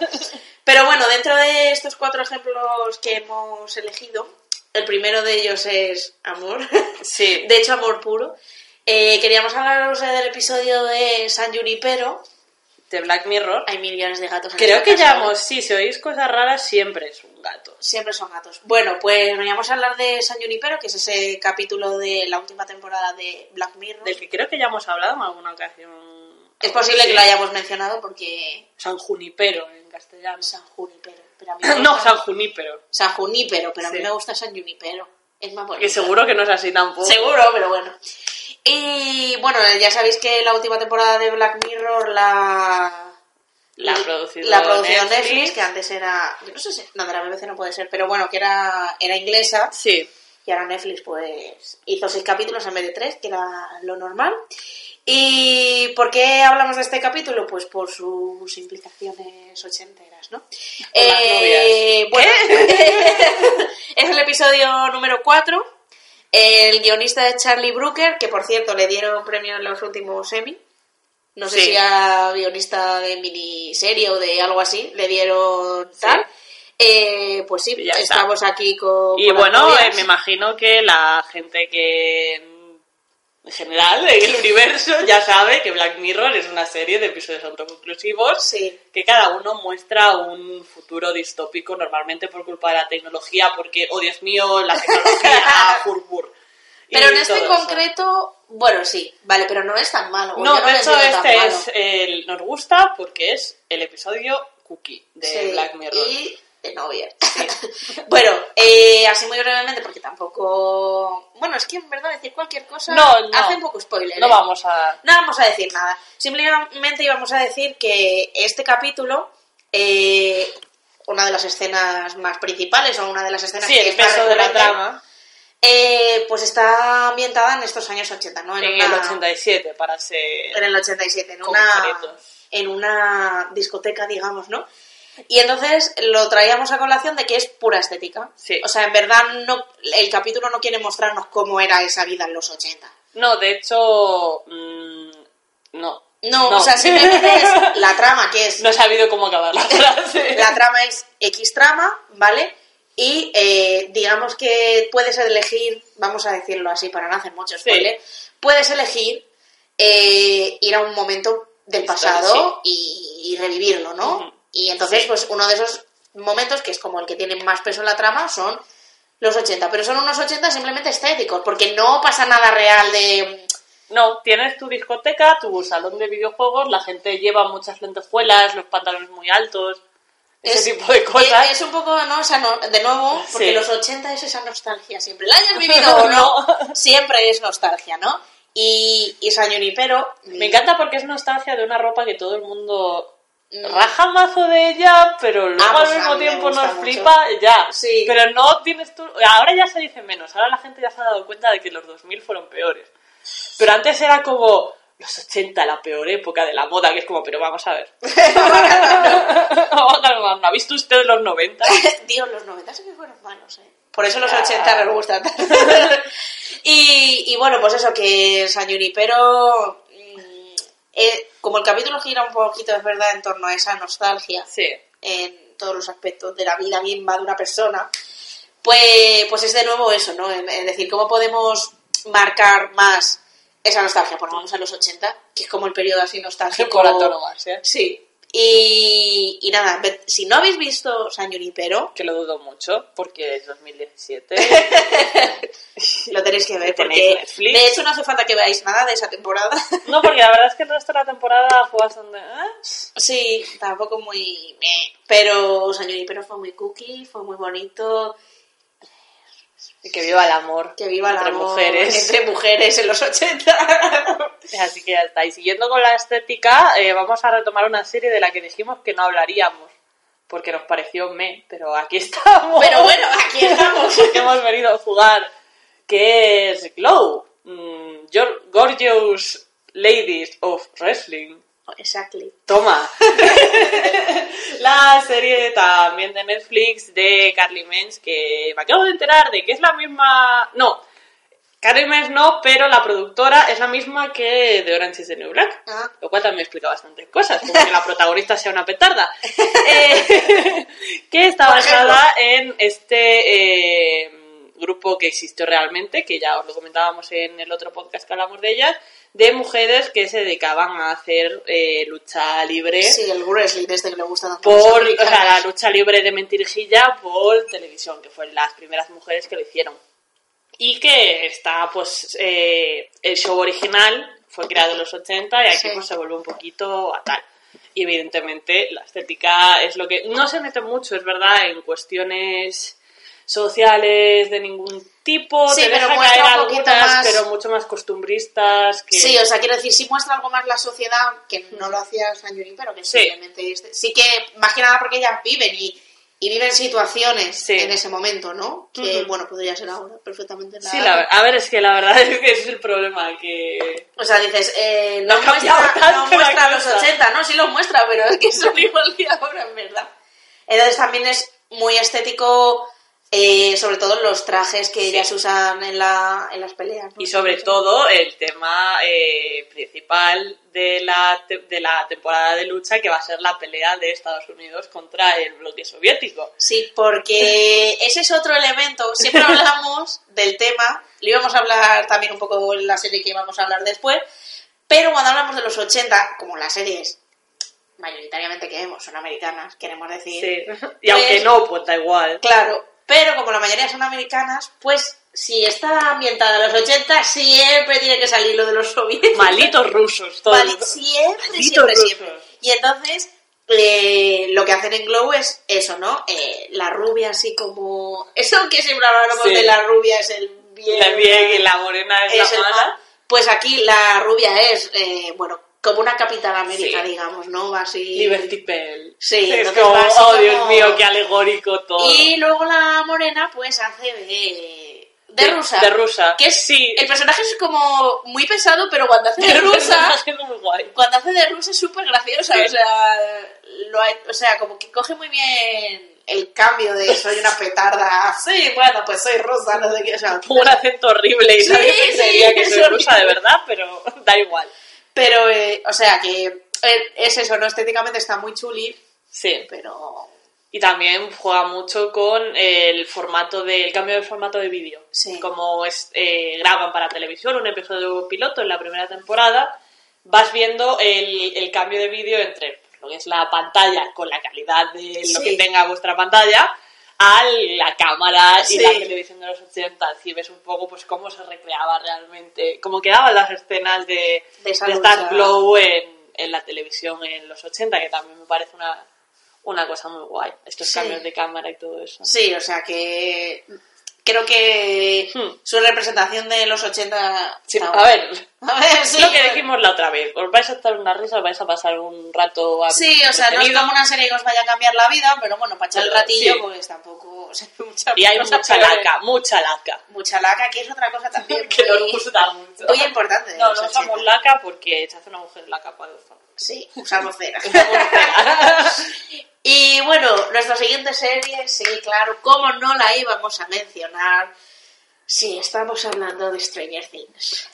[SPEAKER 2] Pero bueno, dentro de estos cuatro ejemplos que hemos elegido, el primero de ellos es amor,
[SPEAKER 3] Sí.
[SPEAKER 2] de hecho amor puro. Eh, queríamos hablaros del episodio de San Junipero.
[SPEAKER 3] de Black Mirror.
[SPEAKER 2] Hay mil millones de gatos. en
[SPEAKER 3] Creo
[SPEAKER 2] esta
[SPEAKER 3] que
[SPEAKER 2] casa.
[SPEAKER 3] ya hemos, sí, si oís cosas raras, siempre es un gato.
[SPEAKER 2] Siempre son gatos. Bueno, pues veníamos a hablar de San Junipero, que es ese capítulo de la última temporada de Black Mirror.
[SPEAKER 3] Del que creo que ya hemos hablado en alguna ocasión.
[SPEAKER 2] Es posible que lo hayamos mencionado porque
[SPEAKER 3] San Junipero en castellano.
[SPEAKER 2] San Junipero. Pero a mí me
[SPEAKER 3] No,
[SPEAKER 2] gusta-
[SPEAKER 3] San Junípero.
[SPEAKER 2] San Junípero, pero a mí
[SPEAKER 3] Sí.
[SPEAKER 2] me gusta San Junipero. Es más bonito.
[SPEAKER 3] Que seguro que no es así tampoco.
[SPEAKER 2] Seguro, pero bueno. Y bueno, ya sabéis que la última temporada de Black Mirror la,
[SPEAKER 3] La
[SPEAKER 2] Y
[SPEAKER 3] producción
[SPEAKER 2] la producción de Netflix, que antes era. Yo no sé si. No, de la BBC no puede ser, pero bueno, que era, era inglesa.
[SPEAKER 3] Sí.
[SPEAKER 2] Y ahora Netflix, pues, hizo seis capítulos en vez de tres, que era lo normal. ¿Y por qué hablamos de este capítulo? Pues por sus implicaciones ochenteras, ¿no? Eh, bueno,
[SPEAKER 3] ¿Eh?
[SPEAKER 2] es el episodio número cuatro. El guionista es Charlie Brooker, que por cierto le dieron premio en los últimos Emmy. No sé
[SPEAKER 3] Sí.
[SPEAKER 2] si a guionista de miniserie o de algo así le dieron tal. Eh, pues sí,
[SPEAKER 3] Ya está.
[SPEAKER 2] estamos aquí con.
[SPEAKER 3] Y
[SPEAKER 2] con las
[SPEAKER 3] bueno,
[SPEAKER 2] novias.
[SPEAKER 3] eh, me imagino que la gente que en general en el universo ya sabe que Black Mirror es una serie de episodios autoconclusivos
[SPEAKER 2] Sí.
[SPEAKER 3] que cada uno muestra un futuro distópico normalmente por culpa de la tecnología porque, oh Dios mío, la tecnología, furbur. Y
[SPEAKER 2] Pero en este
[SPEAKER 3] todo eso.
[SPEAKER 2] concreto, bueno, sí, vale, pero no es tan malo.
[SPEAKER 3] No,
[SPEAKER 2] yo
[SPEAKER 3] de
[SPEAKER 2] lo
[SPEAKER 3] hecho
[SPEAKER 2] considero tan
[SPEAKER 3] este
[SPEAKER 2] malo.
[SPEAKER 3] es el, nos gusta porque es el episodio cookie de
[SPEAKER 2] Sí,
[SPEAKER 3] Black Mirror.
[SPEAKER 2] Y de novia. bueno, eh, así muy brevemente, porque tampoco. Bueno, es que en verdad decir cualquier cosa
[SPEAKER 3] No, no.
[SPEAKER 2] hace un poco spoiler.
[SPEAKER 3] No
[SPEAKER 2] ¿eh?
[SPEAKER 3] vamos a...
[SPEAKER 2] No vamos a decir nada. Simplemente íbamos a decir que este capítulo, eh, una de las escenas más principales o una de las escenas
[SPEAKER 3] Sí,
[SPEAKER 2] que
[SPEAKER 3] el
[SPEAKER 2] más
[SPEAKER 3] peso de la
[SPEAKER 2] recurrente,
[SPEAKER 3] trama
[SPEAKER 2] eh, pues está ambientada en estos años 80, ¿no?
[SPEAKER 3] en
[SPEAKER 2] una-
[SPEAKER 3] el 87 para ser...
[SPEAKER 2] en el 87, en una,
[SPEAKER 3] Concretos.
[SPEAKER 2] en una discoteca, digamos, ¿no? Y entonces lo traíamos a colación de que es pura estética.
[SPEAKER 3] Sí.
[SPEAKER 2] O sea, en verdad no, el capítulo no quiere mostrarnos cómo era esa vida en los 80.
[SPEAKER 3] No, de hecho, mm, no.
[SPEAKER 2] No, o sea, simplemente es la trama, que es...
[SPEAKER 3] No he sabido cómo acabar la frase.
[SPEAKER 2] La trama es X trama, ¿vale? Y eh, digamos que puedes elegir, vamos a decirlo así para no hacer mucho
[SPEAKER 3] Sí.
[SPEAKER 2] spoiler, puedes elegir eh, ir a un momento del
[SPEAKER 3] Historia,
[SPEAKER 2] pasado y, y revivirlo, ¿no?
[SPEAKER 3] Ujú.
[SPEAKER 2] Y entonces, pues uno de esos momentos, que es como el que tiene más peso en la trama, son los 80. Pero son unos 80 simplemente estéticos, porque no pasa nada real de...
[SPEAKER 3] No, tienes tu discoteca, tu salón de videojuegos, la gente lleva muchas lentejuelas, los pantalones muy altos, ese tipo de cosas.
[SPEAKER 2] Es, es un poco, ¿no? Esa no- de nuevo, porque
[SPEAKER 3] Sí.
[SPEAKER 2] los 80 es esa nostalgia siempre. La hayas vivido o no, siempre es nostalgia, ¿no? Y, y San Junipero...
[SPEAKER 3] Me encanta porque es nostalgia de una ropa que todo el mundo
[SPEAKER 2] Mm.
[SPEAKER 3] raja mazo de ella, pero luego
[SPEAKER 2] Ah, pues
[SPEAKER 3] al
[SPEAKER 2] a
[SPEAKER 3] mismo
[SPEAKER 2] mí me
[SPEAKER 3] tiempo
[SPEAKER 2] gusta
[SPEAKER 3] nos
[SPEAKER 2] mucho.
[SPEAKER 3] flipa ya.
[SPEAKER 2] Sí.
[SPEAKER 3] Pero no tienes tú... Ahora ya se dice menos, ahora la gente ya se ha dado cuenta de que los 2000 fueron peores. Pero antes era como los 80, la peor época de la moda, que es como, pero vamos a ver. Vamos a ver, ¿No ha visto usted los 90?
[SPEAKER 2] Dios, los 90 sí que fueron malos, ¿eh? Por eso
[SPEAKER 3] Ah.
[SPEAKER 2] los 80 nos gustan tanto. y, y bueno, pues eso, que San Junipero... mm, eh, como el capítulo gira un poquito, es verdad, en torno a esa nostalgia,
[SPEAKER 3] Sí.
[SPEAKER 2] en todos los aspectos de la vida misma de una persona, pues, pues es de nuevo eso, ¿no? Es es decir, ¿cómo podemos marcar más esa nostalgia? Pues vamos a los 80, que es como el periodo así nostálgico.
[SPEAKER 3] Por antonomasia.
[SPEAKER 2] Sí. Y, y nada, ve- si no habéis visto San Junipero,
[SPEAKER 3] Que lo dudo mucho, porque es 2017.
[SPEAKER 2] lo tenéis que ver,
[SPEAKER 3] Tenéis
[SPEAKER 2] porque
[SPEAKER 3] Netflix.
[SPEAKER 2] de hecho no hace falta que veáis nada de esa temporada.
[SPEAKER 3] No, porque la verdad es que el resto de la temporada fue bastante... ¿eh?
[SPEAKER 2] Sí, tampoco muy... meh. Pero San Junipero fue muy cookie, fue muy bonito,
[SPEAKER 3] Y que viva el amor.
[SPEAKER 2] que viva la
[SPEAKER 3] entre mujeres.
[SPEAKER 2] Entre mujeres en los 80.
[SPEAKER 3] Así que ya está. Y siguiendo con la estética, eh, vamos a retomar una serie de la que dijimos que no hablaríamos. Porque nos pareció me, pero aquí estamos.
[SPEAKER 2] Pero bueno, aquí estamos.
[SPEAKER 3] Porque hemos venido a jugar. Que es Glow. mm, Gor- Gorgeous Ladies of Wrestling.
[SPEAKER 2] Exactly.
[SPEAKER 3] Toma. la serie también de Netflix de Carly Menz, que me acabo de enterar de que es la misma. No, Carly Menz no, pero la productora es la misma que de Orange is the New Black.
[SPEAKER 2] Ah.
[SPEAKER 3] Lo cual también explica bastantes cosas, como que la protagonista sea una petarda. Eh, que está
[SPEAKER 2] Por ejemplo.
[SPEAKER 3] basada en este eh, grupo que existió realmente, que ya os lo comentábamos en el otro podcast que hablamos de ellas, de mujeres que se dedicaban a hacer eh, lucha libre
[SPEAKER 2] Sí, el wrestling este que le gusta tanto. a los
[SPEAKER 3] ¿Eh? por, o
[SPEAKER 2] americanos.
[SPEAKER 3] sea, la lucha libre de mentirijilla por televisión, que fueron las primeras mujeres que lo hicieron. Y que está, pues, eh, el show original fue creado en los 80 y aquí
[SPEAKER 2] Sí.
[SPEAKER 3] pues, se volvió un poquito a tal. Y evidentemente la estética es lo que no se mete mucho, es verdad, en cuestiones sociales de ningún tipo,
[SPEAKER 2] Sí,
[SPEAKER 3] te
[SPEAKER 2] pero
[SPEAKER 3] deja
[SPEAKER 2] muestra
[SPEAKER 3] caer
[SPEAKER 2] un poquito
[SPEAKER 3] algunas,
[SPEAKER 2] más-
[SPEAKER 3] pero mucho más costumbristas que...
[SPEAKER 2] Sí, o sea, quiero decir, sí muestra algo más la sociedad, que no lo hacía San Junín, pero que
[SPEAKER 3] Sí.
[SPEAKER 2] simplemente es... de- Sí que, más que nada porque ellas viven y, y viven situaciones
[SPEAKER 3] Sí.
[SPEAKER 2] en ese momento, ¿no? Que,
[SPEAKER 3] Ujú.
[SPEAKER 2] bueno, podría ser ahora perfectamente.
[SPEAKER 3] Sí, la ver- a ver, es que la verdad es que ese es el problema, que...
[SPEAKER 2] O sea, dices, eh, no,
[SPEAKER 3] No ha cambiado
[SPEAKER 2] muestra,
[SPEAKER 3] tanto
[SPEAKER 2] no muestra
[SPEAKER 3] la
[SPEAKER 2] los
[SPEAKER 3] cosa.
[SPEAKER 2] 80, ¿no? Sí los muestra, pero es que son igual que ahora, en verdad. Entonces también es muy estético, eh, sobre todo los trajes que ellas usan en, la, en las peleas. ¿no?
[SPEAKER 3] Y sobre todo el tema eh, principal de la, te- de la temporada de lucha, que va a ser la pelea de Estados Unidos contra el bloque soviético.
[SPEAKER 2] Sí, porque ese es otro elemento. Siempre hablamos del tema, lo íbamos a hablar también un poco en la serie que íbamos a hablar después, pero cuando hablamos de los 80, como las series mayoritariamente que vemos son americanas, queremos decir,
[SPEAKER 3] Sí. Y aunque
[SPEAKER 2] Pues-
[SPEAKER 3] no, pues da igual.
[SPEAKER 2] Claro, pero como la mayoría son americanas, pues si está ambientada en los 80, siempre tiene que salir lo de los soviéticos.
[SPEAKER 3] Malitos rusos, todos.
[SPEAKER 2] Mali- siempre,
[SPEAKER 3] Malditos
[SPEAKER 2] siempre,
[SPEAKER 3] rusos.
[SPEAKER 2] siempre. Y entonces, eh, lo que hacen en Glow es eso, ¿no? Eh, la rubia así como... Eso que siempre hablamos
[SPEAKER 3] Sí.
[SPEAKER 2] de la rubia es el bien...
[SPEAKER 3] La bien y la morena es,
[SPEAKER 2] es
[SPEAKER 3] la
[SPEAKER 2] el
[SPEAKER 3] mala.
[SPEAKER 2] mal. Pues aquí la rubia es, eh, bueno, como una capitana América,
[SPEAKER 3] Sí.
[SPEAKER 2] digamos, ¿no? Va así...
[SPEAKER 3] Liberty Bell.
[SPEAKER 2] Sí,
[SPEAKER 3] es
[SPEAKER 2] entonces
[SPEAKER 3] como,
[SPEAKER 2] va así
[SPEAKER 3] oh Dios
[SPEAKER 2] como-
[SPEAKER 3] mío, qué alegórico todo.
[SPEAKER 2] Y luego la morena, pues hace de. De,
[SPEAKER 3] De-
[SPEAKER 2] rusa.
[SPEAKER 3] de rusa.
[SPEAKER 2] Que es-
[SPEAKER 3] Sí.
[SPEAKER 2] El personaje es como muy pesado, pero cuando hace de
[SPEAKER 3] Pero
[SPEAKER 2] rusa.
[SPEAKER 3] es muy guay.
[SPEAKER 2] Cuando hace de rusa es súper graciosa.
[SPEAKER 3] Sí.
[SPEAKER 2] O, sea, lo ha- o sea, como que coge muy bien el cambio de soy una petarda. Sí, bueno, pues soy rusa, no sé qué. O sea,
[SPEAKER 3] Tuvo un acento horrible y
[SPEAKER 2] Sí,
[SPEAKER 3] nadie
[SPEAKER 2] sí,
[SPEAKER 3] pensaría que
[SPEAKER 2] es
[SPEAKER 3] soy rusa de
[SPEAKER 2] horrible.
[SPEAKER 3] verdad, pero da igual.
[SPEAKER 2] pero, eh, o sea, que eh, es eso, ¿no? Estéticamente está muy chuli,
[SPEAKER 3] Sí.
[SPEAKER 2] pero.
[SPEAKER 3] Y también juega mucho con el formato del cambio del formato de vídeo.
[SPEAKER 2] Sí.
[SPEAKER 3] Como es, eh, graban para televisión un episodio piloto en la primera temporada, vas viendo el, el cambio de vídeo entre lo que es la pantalla con la calidad de lo
[SPEAKER 2] Sí.
[SPEAKER 3] que tenga vuestra pantalla a la cámara y
[SPEAKER 2] Sí.
[SPEAKER 3] la televisión de los 80 y ves un poco pues cómo se recreaba realmente, cómo quedaban las escenas de,
[SPEAKER 2] De esa
[SPEAKER 3] de
[SPEAKER 2] lucha.
[SPEAKER 3] Star Glow en, en la televisión en los 80, que también me parece una, una cosa muy guay, estos
[SPEAKER 2] Sí.
[SPEAKER 3] cambios de cámara y todo eso.
[SPEAKER 2] Sí, o sea que creo que
[SPEAKER 3] Hmm.
[SPEAKER 2] su representación de los 80...
[SPEAKER 3] Sí,
[SPEAKER 2] está
[SPEAKER 3] a
[SPEAKER 2] guay.
[SPEAKER 3] ver,
[SPEAKER 2] A ver, sí.
[SPEAKER 3] lo que dijimos la otra vez, os vais a estar una risa, os vais a pasar un rato a-
[SPEAKER 2] Sí, o sea, no es
[SPEAKER 3] entretenido,
[SPEAKER 2] como una serie que os vaya a cambiar la vida, pero bueno, para echar el
[SPEAKER 3] Pero,
[SPEAKER 2] ratillo,
[SPEAKER 3] sí.
[SPEAKER 2] pues tampoco... o sea, mucha-
[SPEAKER 3] Y hay
[SPEAKER 2] cosa
[SPEAKER 3] mucha
[SPEAKER 2] peor.
[SPEAKER 3] laca, mucha laca.
[SPEAKER 2] Mucha laca, que es otra cosa también
[SPEAKER 3] Que nos
[SPEAKER 2] muy,
[SPEAKER 3] gusta mucho.
[SPEAKER 2] muy importante. de
[SPEAKER 3] No,
[SPEAKER 2] los
[SPEAKER 3] no
[SPEAKER 2] 80.
[SPEAKER 3] usamos laca porque se hace una mujer laca para
[SPEAKER 2] Sí, usamos cera.
[SPEAKER 3] usamos
[SPEAKER 2] y bueno, nuestra siguiente serie, sí, claro, cómo no la íbamos a mencionar Sí, estamos hablando de Stranger Things.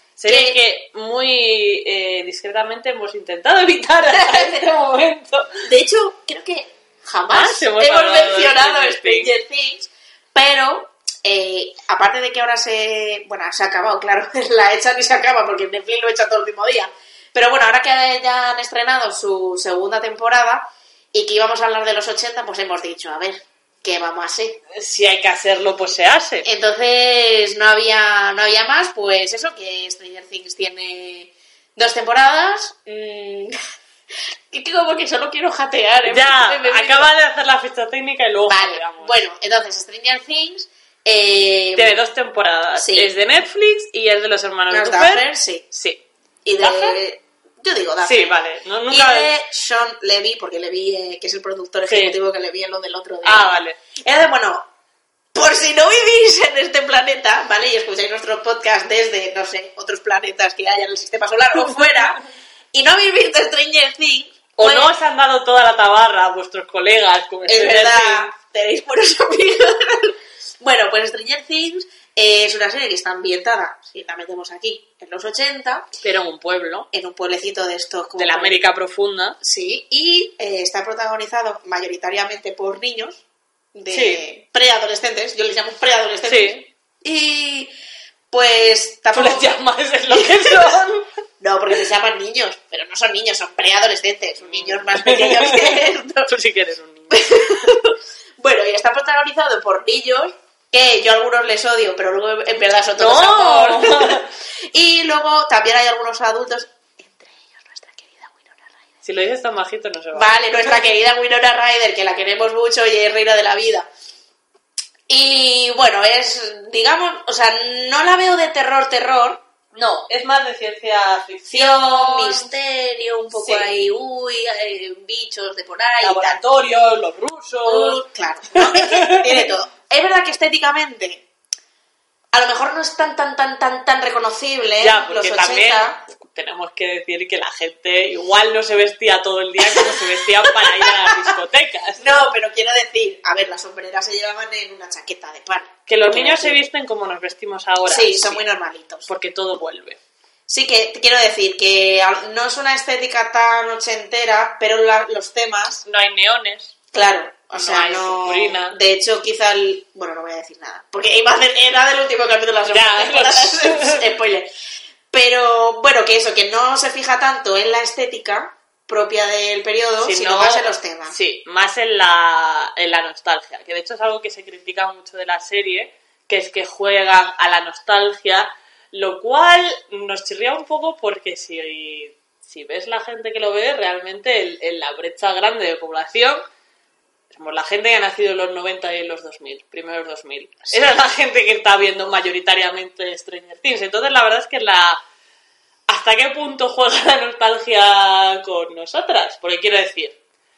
[SPEAKER 2] Que-
[SPEAKER 3] Serie que muy eh, discretamente hemos intentado evitar hasta este momento.
[SPEAKER 2] De hecho, creo que jamás
[SPEAKER 3] Ah, sí, hemos
[SPEAKER 2] hemos,
[SPEAKER 3] hablado de
[SPEAKER 2] mencionado
[SPEAKER 3] Stranger
[SPEAKER 2] Stranger Things, pero eh, aparte de que ahora se. Bueno, se ha acabado, claro, la echan y se acaba porque Netflix lo echa todo el mismo día. Pero bueno, ahora que ya han estrenado su segunda temporada y que íbamos a hablar de los 80, pues hemos dicho, a ver, ¿qué vamos a hacer?
[SPEAKER 3] Si hay que hacerlo, pues se hace.
[SPEAKER 2] Entonces no había, no había más, pues eso, que Stranger Things tiene dos temporadas. mm, y que como que solo quiero jatear. ¿eh?
[SPEAKER 3] Ya,
[SPEAKER 2] Me- me- me-
[SPEAKER 3] acaba de hacer la ficha técnica y luego
[SPEAKER 2] Vale,
[SPEAKER 3] jugamos.
[SPEAKER 2] bueno, pues entonces Stranger Things... Eh,
[SPEAKER 3] Tiene dos temporadas.
[SPEAKER 2] Sí.
[SPEAKER 3] Es de Netflix y es de los hermanos
[SPEAKER 2] Los
[SPEAKER 3] Duffer.
[SPEAKER 2] Duffer, sí.
[SPEAKER 3] Sí.
[SPEAKER 2] Y de...
[SPEAKER 3] ¿Duffer?
[SPEAKER 2] Yo digo Duffer.
[SPEAKER 3] Sí, vale. No,
[SPEAKER 2] Y
[SPEAKER 3] nunca...
[SPEAKER 2] de Sean Levy, porque Levy, eh, que es el productor
[SPEAKER 3] Sí.
[SPEAKER 2] ejecutivo que le vi en lo del otro día.
[SPEAKER 3] Ah, vale.
[SPEAKER 2] Entonces, bueno, por si no vivís en este planeta, ¿vale? Y escucháis nuestro podcast desde, no sé, otros planetas que haya en el sistema solar o fuera, y no habéis visto Stranger Things,
[SPEAKER 3] O
[SPEAKER 2] pues,
[SPEAKER 3] no os han dado toda la tabarra a vuestros colegas. este Como
[SPEAKER 2] es
[SPEAKER 3] Stranger
[SPEAKER 2] verdad,
[SPEAKER 3] Things.
[SPEAKER 2] tenéis buenos amigos. bueno, pues Stranger Things eh, es una serie que está ambientada, si la metemos aquí, en los 80,
[SPEAKER 3] Pero en un pueblo
[SPEAKER 2] en un pueblecito de estos... como
[SPEAKER 3] de la América profunda.
[SPEAKER 2] Sí, y eh, está protagonizado mayoritariamente por niños de
[SPEAKER 3] Sí.
[SPEAKER 2] preadolescentes, yo les llamo preadolescentes.
[SPEAKER 3] Sí.
[SPEAKER 2] Y pues
[SPEAKER 3] Tú
[SPEAKER 2] tampoco...
[SPEAKER 3] les llamas es lo que son.
[SPEAKER 2] No, porque les llaman niños, pero no son niños, son preadolescentes, son niños más pequeños que estos.
[SPEAKER 3] Tú sí que eres un niño.
[SPEAKER 2] Bueno, y está protagonizado por niños, que yo a algunos les odio, pero luego en verdad son todos
[SPEAKER 3] ¡No!
[SPEAKER 2] amor. y luego también hay algunos adultos, entre ellos nuestra querida Winona Ryder.
[SPEAKER 3] Si lo dices tan bajito no se va.
[SPEAKER 2] Vale, nuestra querida Winona Ryder, que la queremos mucho y es reina de la vida. Y bueno, es, digamos, o sea, no la veo de terror, terror.
[SPEAKER 3] No, es más de ciencia
[SPEAKER 2] Acción,
[SPEAKER 3] ficción,
[SPEAKER 2] misterio, un poco
[SPEAKER 3] Sí.
[SPEAKER 2] ahí, uy, eh, bichos de por ahí, y tal.
[SPEAKER 3] laboratorios, los rusos.
[SPEAKER 2] Uh, claro, no, es que tiene todo. Es verdad que estéticamente a lo mejor no es tan tan tan tan tan reconocible
[SPEAKER 3] Ya,
[SPEAKER 2] los
[SPEAKER 3] porque
[SPEAKER 2] 80.
[SPEAKER 3] también tenemos que decir que la gente igual no se vestía todo el día como se vestía para ir a las discotecas.
[SPEAKER 2] No, pero quiero decir, a ver, las sombreras se llevaban en una chaqueta de pan.
[SPEAKER 3] Que los
[SPEAKER 2] Quiero
[SPEAKER 3] niños se
[SPEAKER 2] decir.
[SPEAKER 3] visten como nos vestimos ahora.
[SPEAKER 2] Sí, son muy normalitos.
[SPEAKER 3] Porque todo vuelve.
[SPEAKER 2] Sí que quiero decir que al- no es una estética tan ochentera, pero la- los temas,
[SPEAKER 3] No hay neones.
[SPEAKER 2] claro, o
[SPEAKER 3] No
[SPEAKER 2] sea,
[SPEAKER 3] hay
[SPEAKER 2] no.
[SPEAKER 3] purpurina.
[SPEAKER 2] De hecho, quizá el, bueno, no voy a decir nada, porque iba a hacer- era del último capítulo de la
[SPEAKER 3] Ya.
[SPEAKER 2] segunda temporada, spoiler. Pero bueno, que eso, que no se fija tanto en la estética propia del periodo, sino, más en los temas.
[SPEAKER 3] Sí, más en la, en la nostalgia. Que de hecho es algo que se critica mucho de la serie, que es que juegan a la nostalgia, lo cual nos chirría un poco porque si, si ves la gente que lo ve, realmente en, en la brecha grande de población. Somos la gente que ha nacido en los 90 y en los 2000, primeros 2000. Esa es la gente que está viendo mayoritariamente Stranger Things. Entonces, la verdad es que la, ¿Hasta qué punto juega la nostalgia con nosotras? Porque quiero decir,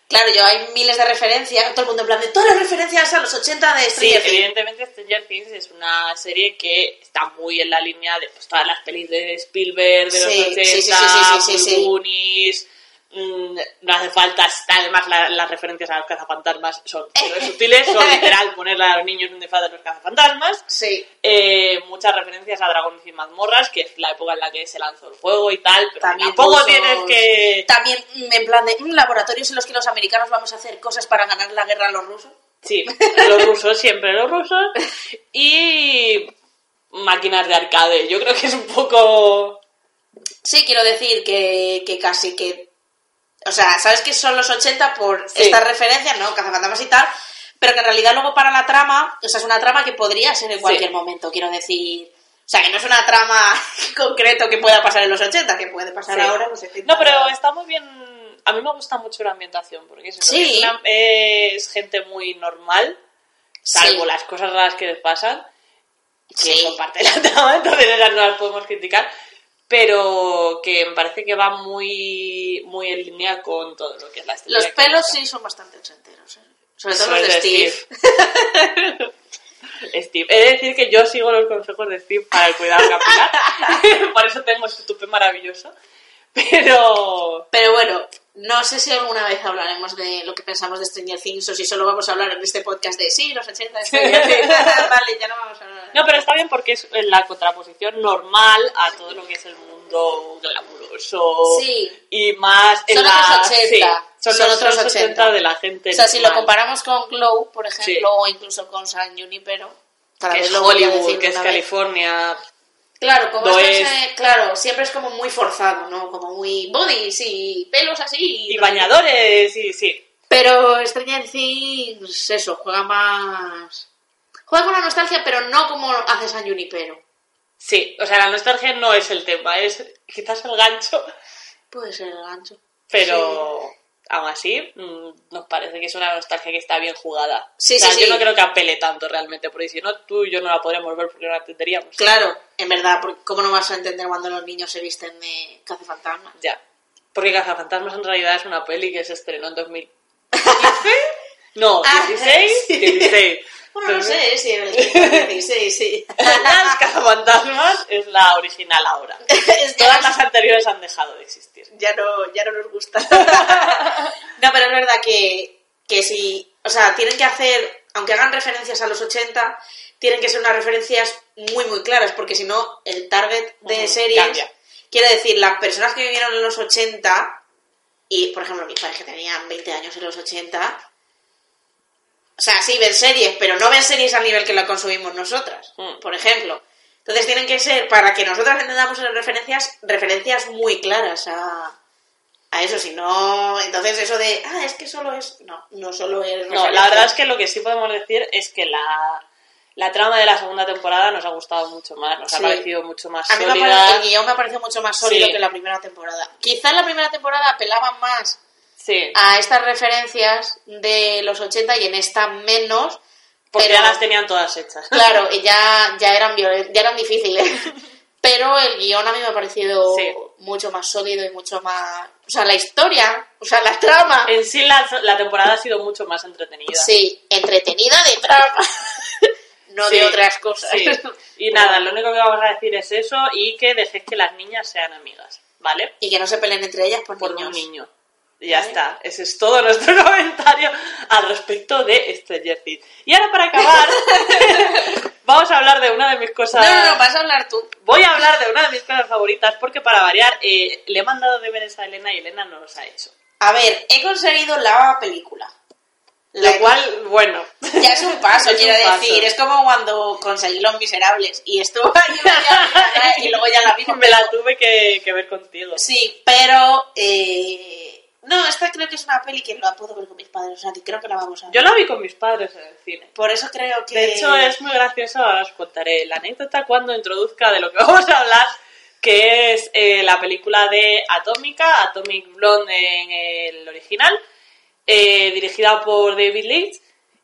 [SPEAKER 2] Claro, yo hay miles de referencias, todo el mundo en plan de todas las referencias a los 80 de
[SPEAKER 3] sí,
[SPEAKER 2] Stranger Things".
[SPEAKER 3] evidentemente Stranger Things es una serie que está muy en la línea de pues, todas las pelis de Spielberg, de
[SPEAKER 2] Sí,
[SPEAKER 3] los
[SPEAKER 2] sí,
[SPEAKER 3] 80,
[SPEAKER 2] sí, sí, sí, sí, sí, sí.
[SPEAKER 3] Goonies, mm, no hace falta, además la- las referencias a los cazafantasmas son súper sutiles, son literal ponerle a los niños un disfraz de los cazafantasmas.
[SPEAKER 2] Sí,
[SPEAKER 3] Eh, muchas referencias a Dragones y mazmorras, que es la época en la que se lanzó el juego y tal, pero
[SPEAKER 2] También
[SPEAKER 3] tampoco
[SPEAKER 2] rusos.
[SPEAKER 3] tienes que...
[SPEAKER 2] También mm, en plan de mm, laboratorios en los que los americanos vamos a hacer cosas para ganar la guerra a los rusos.
[SPEAKER 3] Sí, los rusos, siempre los rusos. Y máquinas de arcade. Yo creo que es un poco...
[SPEAKER 2] Sí, quiero decir que, que casi que... O sea, sabes que son los 80 por
[SPEAKER 3] Sí.
[SPEAKER 2] estas referencias, ¿no? Cazafantasmas y tal, pero que en realidad luego para la trama, o sea, es una trama que podría ser en cualquier
[SPEAKER 3] Sí.
[SPEAKER 2] momento, quiero decir... O sea, que no es una trama concreto que pueda pasar en los 80, que puede pasar
[SPEAKER 3] Sí.
[SPEAKER 2] ahora, no sé. qué.
[SPEAKER 3] No, pero está muy bien... A mí me gusta mucho la ambientación, porque es, eso,
[SPEAKER 2] Sí.
[SPEAKER 3] es, una- es gente muy normal, salvo
[SPEAKER 2] Sí.
[SPEAKER 3] las cosas raras que les pasan, que
[SPEAKER 2] Sí.
[SPEAKER 3] son parte de la trama, entonces esas no las podemos criticar, pero que me parece que va muy, muy en línea con todo lo que es la estética
[SPEAKER 2] Los
[SPEAKER 3] que
[SPEAKER 2] pelos
[SPEAKER 3] gusta.
[SPEAKER 2] sí son bastante ochenteros, ¿eh? Sobre todo
[SPEAKER 3] Sobre
[SPEAKER 2] los de
[SPEAKER 3] todo
[SPEAKER 2] Steve.
[SPEAKER 3] Steve. He de decir que yo sigo los consejos de Steve para el cuidado capilar. Por eso tengo este tupe maravilloso. Pero.
[SPEAKER 2] Pero bueno, no sé si alguna vez hablaremos de lo que pensamos de Stranger Things o si solo vamos a hablar en este podcast de sí, los 80 de Stranger Things. vale, ya no vamos a hablar.
[SPEAKER 3] No, pero está bien porque es la contraposición normal a todo lo que es el mundo glamuroso.
[SPEAKER 2] Sí.
[SPEAKER 3] Y más. en
[SPEAKER 2] Son
[SPEAKER 3] la-
[SPEAKER 2] otros 80,
[SPEAKER 3] sí, son,
[SPEAKER 2] son
[SPEAKER 3] otros
[SPEAKER 2] otros
[SPEAKER 3] 80.
[SPEAKER 2] 80
[SPEAKER 3] de la gente.
[SPEAKER 2] o sea, si lo
[SPEAKER 3] normal.
[SPEAKER 2] comparamos con Glow, por ejemplo,
[SPEAKER 3] Sí.
[SPEAKER 2] o incluso con San Junipero, cada
[SPEAKER 3] que
[SPEAKER 2] vez
[SPEAKER 3] es
[SPEAKER 2] lo voy a
[SPEAKER 3] Hollywood,
[SPEAKER 2] decir
[SPEAKER 3] que es
[SPEAKER 2] una vez.
[SPEAKER 3] California.
[SPEAKER 2] Claro, como
[SPEAKER 3] no
[SPEAKER 2] esto es,
[SPEAKER 3] es-
[SPEAKER 2] eh, claro, siempre es como muy forzado, ¿no? Como muy bodies y pelos así.
[SPEAKER 3] Y bañadores, y sí.
[SPEAKER 2] Pero Stranger Things, eso, juega más... Juega con la nostalgia, pero no como hace San Junipero.
[SPEAKER 3] Sí, o sea, la nostalgia no es el tema, es quizás el gancho,
[SPEAKER 2] Puede ser el gancho.
[SPEAKER 3] pero aún así mm, nos parece que es una nostalgia que está bien jugada.
[SPEAKER 2] Sí,
[SPEAKER 3] o sea,
[SPEAKER 2] sí,
[SPEAKER 3] yo
[SPEAKER 2] sí.
[SPEAKER 3] no creo que apele tanto realmente, porque si no, tú y yo no la podríamos ver porque no la entenderíamos.
[SPEAKER 2] Claro, en verdad, porque ¿cómo no vas a entender cuando los niños se visten de cazafantasmas?
[SPEAKER 3] Ya. Porque Cazafantasmas en realidad es una peli que se estrenó en 2015. No,
[SPEAKER 2] Ah,
[SPEAKER 3] 16,
[SPEAKER 2] sí.
[SPEAKER 3] 16.
[SPEAKER 2] Bueno, no
[SPEAKER 3] Pero-
[SPEAKER 2] sé, sí, sí, sí, sí.
[SPEAKER 3] Cazafantasmas es la original ahora.
[SPEAKER 2] Es que
[SPEAKER 3] Todas
[SPEAKER 2] ahora
[SPEAKER 3] las anteriores han dejado de existir.
[SPEAKER 2] ya no, ya no nos gusta. no, pero es verdad que, que si, o sea, tienen que hacer, aunque hagan referencias a los 80, tienen que ser unas referencias muy, muy claras, porque si no, el target de
[SPEAKER 3] Ujú,
[SPEAKER 2] series,
[SPEAKER 3] cambia.
[SPEAKER 2] quiero decir, las personas que vivieron en los 80, y por ejemplo, mis padres que tenían 20 años en los 80, o sea, sí ven series, pero no ven series al nivel que la consumimos nosotras,
[SPEAKER 3] Mm.
[SPEAKER 2] por ejemplo. Entonces tienen que ser, para que nosotras entendamos las referencias, referencias muy claras a, a eso. Si no, entonces eso de, ah, es que solo es... No, no solo es...
[SPEAKER 3] No, la
[SPEAKER 2] referencia.
[SPEAKER 3] verdad es que lo que sí podemos decir es que la, la trama de la segunda temporada nos ha gustado mucho más, nos ha
[SPEAKER 2] Sí.
[SPEAKER 3] parecido mucho más
[SPEAKER 2] A mí me ha
[SPEAKER 3] sólida.
[SPEAKER 2] parecido- el guión me ha parecido mucho más sólido
[SPEAKER 3] Sí.
[SPEAKER 2] que la primera temporada. Quizás la primera temporada apelaba más
[SPEAKER 3] Sí,
[SPEAKER 2] a estas referencias de los 80 y en esta menos,
[SPEAKER 3] Porque
[SPEAKER 2] Pero-
[SPEAKER 3] ya las tenían todas hechas.
[SPEAKER 2] Claro, y ya, ya eran violen- ya eran difíciles. Pero el guión a mí me ha parecido
[SPEAKER 3] Sí.
[SPEAKER 2] mucho más sólido y mucho más... O sea, la historia, o sea, la trama.
[SPEAKER 3] En sí la, la temporada ha sido mucho más entretenida.
[SPEAKER 2] Sí, entretenida de trama. no
[SPEAKER 3] Sí,
[SPEAKER 2] de otras cosas.
[SPEAKER 3] sí. Y nada, lo único que vamos a decir es eso y que dejéis que las niñas sean amigas, ¿vale?
[SPEAKER 2] Y que no se peleen entre ellas por,
[SPEAKER 3] Por
[SPEAKER 2] niños.
[SPEAKER 3] un niño. Y ya
[SPEAKER 2] Vale.
[SPEAKER 3] está, ese es todo nuestro comentario al respecto de Stranger Things. Y ahora para acabar, vamos a hablar de una de mis
[SPEAKER 2] No,
[SPEAKER 3] cosas...
[SPEAKER 2] no, no, vas a hablar tú.
[SPEAKER 3] Voy a hablar de una de mis cosas favoritas porque para variar eh, le he mandado deberes a Elena y Elena no los ha hecho.
[SPEAKER 2] A ver, he conseguido la película. La
[SPEAKER 3] Lo cual, bueno,
[SPEAKER 2] Ya es un paso,
[SPEAKER 3] Es un
[SPEAKER 2] quiero
[SPEAKER 3] paso.
[SPEAKER 2] decir. Es como cuando conseguí Los Miserables y estuvo ahí un día y luego ya la vimos.
[SPEAKER 3] me la tuve que, que ver contigo.
[SPEAKER 2] Sí, pero... eh, No, esta creo que es una peli que la puedo ver con mis padres, o sea, que creo que la vamos a ver.
[SPEAKER 3] Yo la vi con mis padres en el cine.
[SPEAKER 2] Por eso creo que...
[SPEAKER 3] De hecho, es muy gracioso, ahora os contaré la anécdota cuando introduzca de lo que vamos a hablar, que es eh, la película de Atómica, Atomic Blonde en el original, eh, dirigida por David Leitch,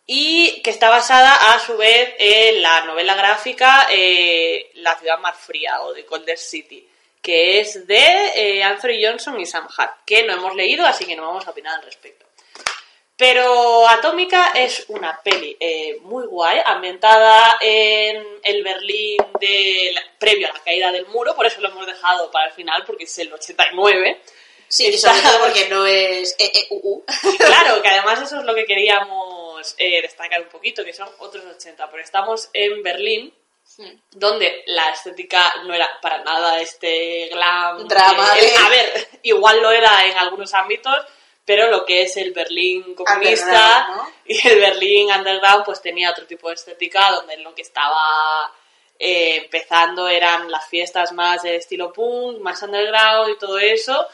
[SPEAKER 3] y que está basada a su vez en la novela gráfica eh, La ciudad más fría o The Coldest City, que es de eh, Anthony Johnson y Sam Hart, que no hemos leído, así que no vamos a opinar al respecto. Pero Atómica es una peli eh, muy guay, ambientada en el Berlín de la- previo a la caída del muro, por eso lo hemos dejado para el final, porque es el 89.
[SPEAKER 2] Sí, y sobre
[SPEAKER 3] está-
[SPEAKER 2] todo porque no es... E -E -U -U.
[SPEAKER 3] Claro, que además eso es lo que queríamos eh, destacar un poquito, que son otros 80, pero estamos en Berlín, donde la estética no era para nada este glam.
[SPEAKER 2] Drama
[SPEAKER 3] eh,
[SPEAKER 2] de-
[SPEAKER 3] a ver, igual lo era en algunos ámbitos, pero lo que es el Berlín comunista
[SPEAKER 2] Underground, ¿no?
[SPEAKER 3] y el Berlín underground, pues tenía otro tipo de estética, donde lo que estaba eh, empezando eran las fiestas más de estilo punk, más underground y todo eso.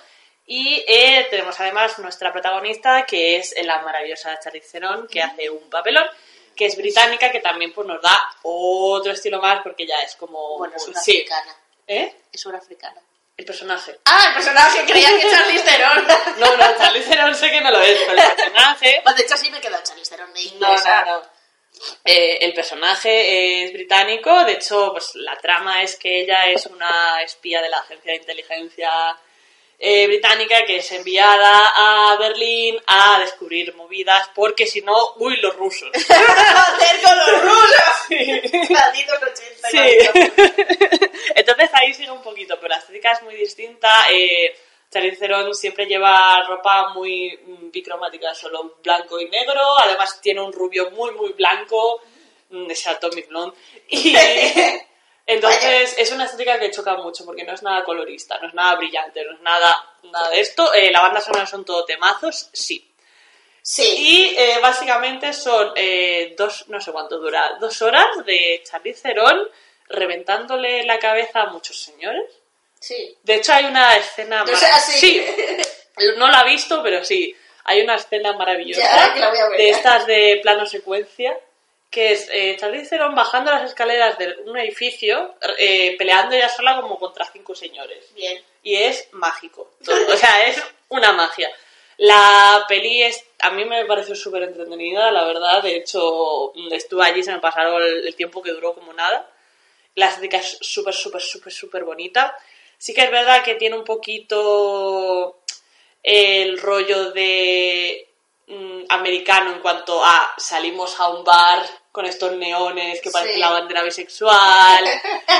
[SPEAKER 3] Y eh, tenemos además nuestra protagonista, que es la maravillosa Charlize Theron, que hace un papelón, que es británica, que también pues nos da otro estilo más, porque ya es como...
[SPEAKER 2] Bueno, es
[SPEAKER 3] sí.
[SPEAKER 2] una africana.
[SPEAKER 3] ¿Eh?
[SPEAKER 2] Es una africana.
[SPEAKER 3] El personaje.
[SPEAKER 2] Ah, el personaje creía que Charlize Theron.
[SPEAKER 3] No, no, Charlize Theron sé que no lo es, pero el personaje...
[SPEAKER 2] Pues de hecho sí me quedó Charlize Theron de
[SPEAKER 3] No,
[SPEAKER 2] inglesa.
[SPEAKER 3] no, no. Eh, el personaje es británico, de hecho, pues la trama es que ella es una espía de la agencia de inteligencia eh, británica que es enviada a Berlín a descubrir movidas, porque si no, uy, los rusos.
[SPEAKER 2] Joder, con los rusos.
[SPEAKER 3] Sí.
[SPEAKER 2] Malditos 80.
[SPEAKER 3] Sí.
[SPEAKER 2] malditos.
[SPEAKER 3] Entonces ahí sigue un poquito, pero la estética es muy distinta. Eh, Charlize Theron siempre lleva ropa muy mm, bicromática, solo blanco y negro. Además tiene un rubio muy, muy blanco, mm, ese Atomic Blonde. Y entonces es una estética que choca mucho porque no es nada colorista, no es nada brillante, no es nada, nada de esto. Eh, la banda sonora son todo temazos, sí.
[SPEAKER 2] Sí.
[SPEAKER 3] Y eh, básicamente son eh, dos, no sé cuánto dura, dos horas de Charlize Theron reventándole la cabeza a muchos señores.
[SPEAKER 2] Sí.
[SPEAKER 3] De hecho, hay una escena
[SPEAKER 2] O sea,
[SPEAKER 3] mara-
[SPEAKER 2] sí.
[SPEAKER 3] no la he visto, pero sí. Hay una escena maravillosa
[SPEAKER 2] Ya, que la voy a ver.
[SPEAKER 3] de estas de plano secuencia, que es eh, Charlize Theron bajando las escaleras de un edificio, eh, peleando ella sola como contra cinco señores
[SPEAKER 2] Bien.
[SPEAKER 3] y es mágico. todo. O sea, es una magia. La peli es, a mí me pareció súper entretenida, la verdad. De hecho, estuve allí, se me pasaron el, el tiempo que duró como nada. La estética es súper, súper, súper, súper bonita. Sí que es verdad que tiene un poquito el rollo de mm, americano en cuanto a salimos a un bar con estos neones que parece
[SPEAKER 2] Sí.
[SPEAKER 3] la bandera bisexual.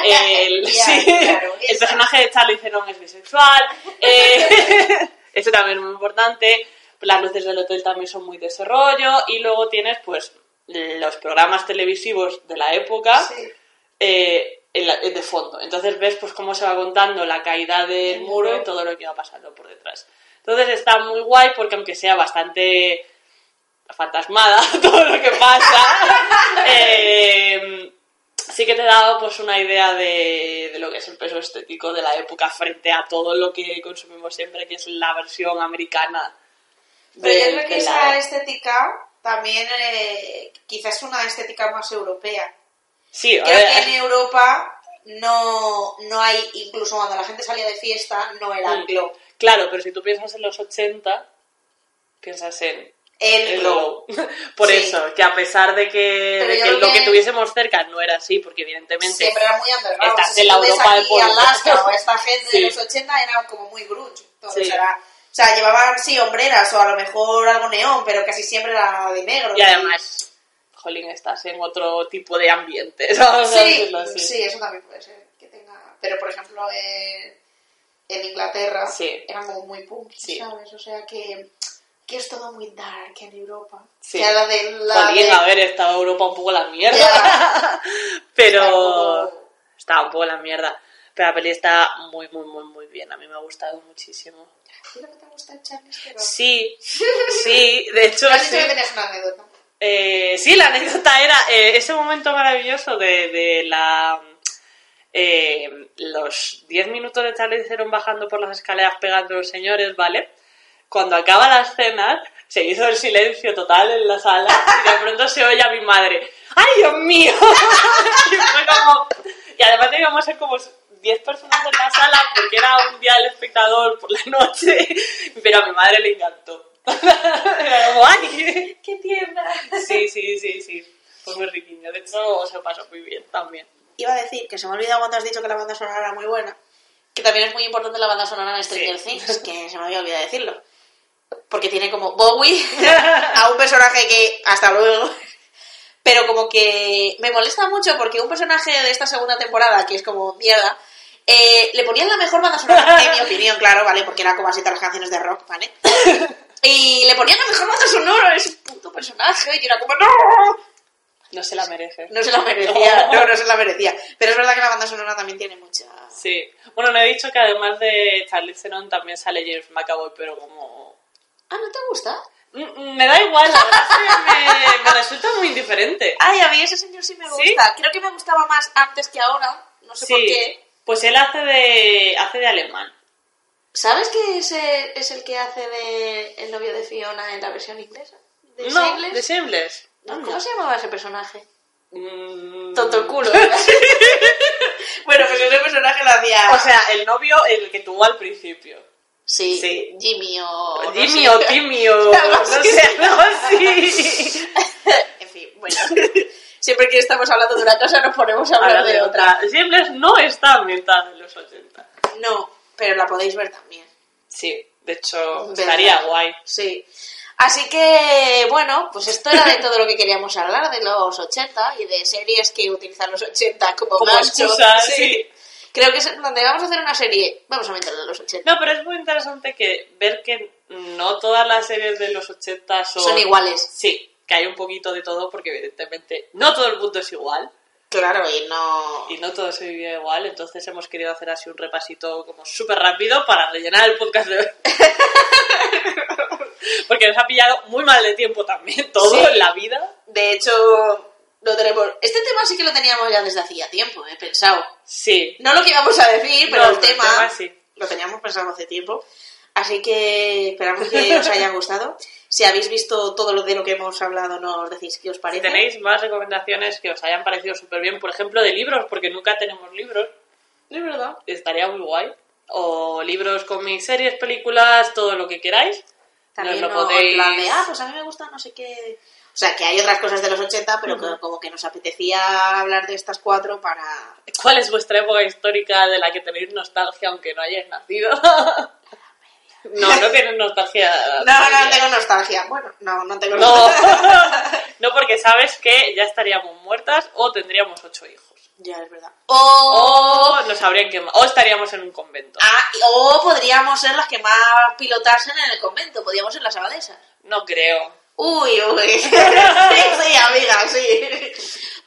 [SPEAKER 3] el-
[SPEAKER 2] Ya,
[SPEAKER 3] sí,
[SPEAKER 2] claro,
[SPEAKER 3] el
[SPEAKER 2] esa.
[SPEAKER 3] personaje de Charlie Theron es bisexual. eh, eso también es muy importante. Las luces del hotel también son muy de ese rollo. Y luego tienes, pues, los programas televisivos de la época
[SPEAKER 2] Sí.
[SPEAKER 3] eh, en la- en de fondo. Entonces ves pues cómo se va contando la caída del
[SPEAKER 2] El
[SPEAKER 3] muro
[SPEAKER 2] muro.
[SPEAKER 3] y todo lo que va pasando por detrás. Entonces está muy guay porque aunque sea bastante fantasmada todo lo que pasa, eh, sí que te da pues una idea de, de lo que es el peso estético de la época frente a todo lo que consumimos siempre, que es la versión americana.
[SPEAKER 2] Pero
[SPEAKER 3] del-
[SPEAKER 2] yo creo que
[SPEAKER 3] de
[SPEAKER 2] esa
[SPEAKER 3] la-
[SPEAKER 2] estética también eh, quizás es una estética más europea.
[SPEAKER 3] Sí, a
[SPEAKER 2] Creo
[SPEAKER 3] ver, eh.
[SPEAKER 2] que en Europa no, no hay, incluso cuando la gente salía de fiesta, no era
[SPEAKER 3] Mm.
[SPEAKER 2] anglo.
[SPEAKER 3] Claro, pero si tú piensas en los 80, piensas en
[SPEAKER 2] El,
[SPEAKER 3] El
[SPEAKER 2] globo.
[SPEAKER 3] globo. Por
[SPEAKER 2] Sí.
[SPEAKER 3] eso, que a pesar de que,
[SPEAKER 2] Pero
[SPEAKER 3] de
[SPEAKER 2] yo
[SPEAKER 3] que
[SPEAKER 2] creo
[SPEAKER 3] lo que
[SPEAKER 2] que-
[SPEAKER 3] tuviésemos cerca no era así, porque evidentemente
[SPEAKER 2] Siempre era muy underground.
[SPEAKER 3] Estás
[SPEAKER 2] O sea,
[SPEAKER 3] en
[SPEAKER 2] si
[SPEAKER 3] la
[SPEAKER 2] tú ves
[SPEAKER 3] Europa
[SPEAKER 2] aquí
[SPEAKER 3] del pueblo.
[SPEAKER 2] Alaska o esta gente
[SPEAKER 3] Sí.
[SPEAKER 2] de los 80 era como muy grunge. Entonces
[SPEAKER 3] Sí.
[SPEAKER 2] era- o sea, llevaban sí hombreras o a lo mejor algo neón, pero casi siempre era de negro.
[SPEAKER 3] Y además, jolín, estás en otro tipo de ambiente, vamos a
[SPEAKER 2] Sí,
[SPEAKER 3] decirlo así.
[SPEAKER 2] sí, eso también puede ser. Que tenga... Pero, por ejemplo, eh, en Inglaterra
[SPEAKER 3] Sí.
[SPEAKER 2] eran como muy punk,
[SPEAKER 3] Sí.
[SPEAKER 2] ¿sabes? O sea, que, que es todo muy dark en Europa.
[SPEAKER 3] Sí.
[SPEAKER 2] Que a la de la
[SPEAKER 3] Jolín,
[SPEAKER 2] de-
[SPEAKER 3] a ver, estaba Europa un poco la mierda.
[SPEAKER 2] Ya. Está un
[SPEAKER 3] Pero
[SPEAKER 2] poco-
[SPEAKER 3] estaba un poco la mierda. Pero la peli está muy, muy, muy, muy bien. A mí me ha gustado muchísimo.
[SPEAKER 2] Mira que te gusta este el Charles Theron.
[SPEAKER 3] Sí, sí, de hecho.
[SPEAKER 2] Pero has dicho
[SPEAKER 3] sí.
[SPEAKER 2] que tenías una anécdota.
[SPEAKER 3] Eh, sí, la anécdota era eh, ese momento maravilloso de, de la eh, los 10 minutos de Charlie Theron bajando por las escaleras pegando a los señores, ¿vale? Cuando acaba la escena, se hizo el silencio total en la sala y de pronto se oye a mi madre, ¡ay, Dios mío! y, fue como- y además debíamos ser como 10 personas en la sala porque era un día del espectador por la noche, pero a mi madre le encantó. Era como, ¡ay!
[SPEAKER 2] ¡Qué tierna!
[SPEAKER 3] Sí, sí, sí, sí. Fue muy riquiño. De hecho, se pasó muy bien también.
[SPEAKER 2] Iba a decir que se me ha olvidado cuando has dicho que la banda sonora era muy buena. Que también es muy importante la banda sonora en Stranger
[SPEAKER 3] Sí.
[SPEAKER 2] Things, que se me había olvidado decirlo. Porque tiene como Bowie a un personaje que hasta luego. Pero como que me molesta mucho porque un personaje de esta segunda temporada, que es como mierda, eh, le ponían la mejor banda sonora, en mi opinión, claro, ¿vale? Porque era como así todas las canciones de rock, ¿vale? Y le ponían la mejor banda sonora a ese puto personaje y era como ¡No!
[SPEAKER 3] No se la merece.
[SPEAKER 2] No se la merecía, no, no se la merecía. Pero es verdad que la banda sonora también tiene mucha.
[SPEAKER 3] Sí. Bueno, no he dicho que además de Charlie Theron también sale James McAvoy, pero como...
[SPEAKER 2] Ah, ¿no te gusta?
[SPEAKER 3] Mm, mm, Me da igual, la verdad es que me, me resulta muy indiferente.
[SPEAKER 2] Ay, a mí ese señor sí me
[SPEAKER 3] ¿Sí?
[SPEAKER 2] gusta. Creo que me gustaba más antes que ahora, no sé por qué.
[SPEAKER 3] Pues él hace de, hace de alemán.
[SPEAKER 2] ¿Sabes que ese es el que hace de el novio de Fiona en la versión inglesa? ¿De
[SPEAKER 3] no,
[SPEAKER 2] Shameless?
[SPEAKER 3] de Shameless.
[SPEAKER 2] ¿Cómo se llamaba ese personaje?
[SPEAKER 3] Mm.
[SPEAKER 2] Tonto el culo. bueno, pues ese personaje lo hacía.
[SPEAKER 3] O sea, el novio, el que tuvo al principio.
[SPEAKER 2] sí,
[SPEAKER 3] sí.
[SPEAKER 2] Jimmy o. no
[SPEAKER 3] Jimmy
[SPEAKER 2] sé.
[SPEAKER 3] o Timmy o...
[SPEAKER 2] Algo
[SPEAKER 3] No
[SPEAKER 2] así.
[SPEAKER 3] sé, algo así.
[SPEAKER 2] en fin, bueno. Siempre que estamos hablando de una cosa, nos ponemos a hablar
[SPEAKER 3] Hablar
[SPEAKER 2] de otra.
[SPEAKER 3] Shameless no está ambientada en los 80.
[SPEAKER 2] No, pero la podéis ver también.
[SPEAKER 3] Sí, de hecho,
[SPEAKER 2] ¿Verdad?
[SPEAKER 3] Pues estaría guay.
[SPEAKER 2] Sí. Así que, bueno, pues esto era de todo lo que queríamos hablar, de los 80 y de series que utilizan los 80 como,
[SPEAKER 3] Como
[SPEAKER 2] gancho.
[SPEAKER 3] excusa,
[SPEAKER 2] Sí.
[SPEAKER 3] sí.
[SPEAKER 2] Creo que es donde vamos a hacer una serie, vamos a meterla en los 80.
[SPEAKER 3] No, pero es muy interesante que ver que no todas las series de los 80 son...
[SPEAKER 2] Son iguales.
[SPEAKER 3] Sí, que hay un poquito de todo porque evidentemente no todo el mundo es igual
[SPEAKER 2] Claro, y no...
[SPEAKER 3] y no todo se vive igual, entonces hemos querido hacer así un repasito como súper rápido para rellenar el podcast de hoy. porque nos ha pillado muy mal de tiempo también todo
[SPEAKER 2] Sí.
[SPEAKER 3] en la vida.
[SPEAKER 2] De hecho, lo tenemos... Este tema sí que lo teníamos ya desde hacía tiempo, he pensado.
[SPEAKER 3] Sí,
[SPEAKER 2] No lo que íbamos a decir, pero
[SPEAKER 3] No,
[SPEAKER 2] el
[SPEAKER 3] pero el
[SPEAKER 2] tema...
[SPEAKER 3] tema sí.
[SPEAKER 2] Lo teníamos pensado hace tiempo. Así que esperamos que os haya gustado. Si habéis visto todo lo de lo que hemos hablado, nos decís qué os
[SPEAKER 3] Si
[SPEAKER 2] parece.
[SPEAKER 3] tenéis más recomendaciones que os hayan parecido súper bien, por ejemplo, de libros, porque nunca tenemos libros,
[SPEAKER 2] Es verdad.
[SPEAKER 3] estaría muy guay. O libros, cómics, series, películas, todo lo que queráis.
[SPEAKER 2] También
[SPEAKER 3] nos lo
[SPEAKER 2] no, en
[SPEAKER 3] podéis.
[SPEAKER 2] plan de, ah, pues a mí me gusta no sé qué... O sea, que hay otras cosas de los 80, pero que como que nos apetecía hablar de estas cuatro para...
[SPEAKER 3] ¿Cuál es vuestra época histórica de la que tenéis nostalgia aunque no hayáis nacido? no, no tienes nostalgia.
[SPEAKER 2] No, no, tengo nostalgia. Bueno, no, no tengo
[SPEAKER 3] No.
[SPEAKER 2] nostalgia.
[SPEAKER 3] No, porque sabes que ya estaríamos muertas o tendríamos ocho hijos.
[SPEAKER 2] ya, es verdad. O...
[SPEAKER 3] O nos habrían quemado. O estaríamos en un convento.
[SPEAKER 2] Ah, y- o podríamos ser las que más pilotasen en el convento, podríamos ser las abadesas.
[SPEAKER 3] No creo.
[SPEAKER 2] Uy, uy. sí, sí, amiga, sí.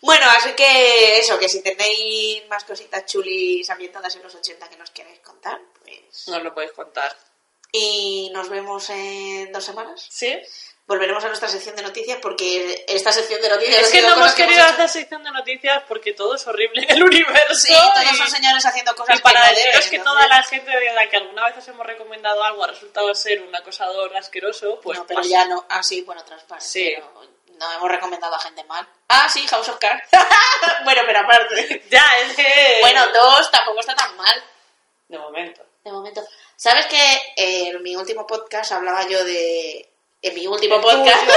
[SPEAKER 2] Bueno, así que eso, que si tenéis más cositas chulis ambientadas en los 80 que nos queréis contar, pues...
[SPEAKER 3] No lo podéis contar.
[SPEAKER 2] Y nos vemos en dos semanas.
[SPEAKER 3] ¿Sí?
[SPEAKER 2] Volveremos a nuestra sección de noticias porque esta sección de noticias...
[SPEAKER 3] Es
[SPEAKER 2] ha
[SPEAKER 3] que
[SPEAKER 2] sido
[SPEAKER 3] no hemos
[SPEAKER 2] cosas
[SPEAKER 3] querido
[SPEAKER 2] hemos hecho.
[SPEAKER 3] hacer sección de noticias porque todo es horrible en el universo.
[SPEAKER 2] Sí, todos
[SPEAKER 3] y-
[SPEAKER 2] son señores haciendo
[SPEAKER 3] y
[SPEAKER 2] cosas
[SPEAKER 3] para
[SPEAKER 2] que no deben,
[SPEAKER 3] deciros que
[SPEAKER 2] entonces-
[SPEAKER 3] toda la gente de la que alguna vez os hemos recomendado algo ha resultado ser un acosador asqueroso, pues
[SPEAKER 2] no, pero
[SPEAKER 3] pasa.
[SPEAKER 2] ya no. Ah, sí, bueno, otras partes.
[SPEAKER 3] Sí.
[SPEAKER 2] pero no hemos recomendado a gente mal. Ah, sí, House of Cards. bueno, pero aparte.
[SPEAKER 3] Ya, es que...
[SPEAKER 2] Bueno, dos tampoco está tan mal.
[SPEAKER 3] De momento.
[SPEAKER 2] eh, De momento. ¿Sabes que en mi último podcast hablaba yo de en mi último podcast.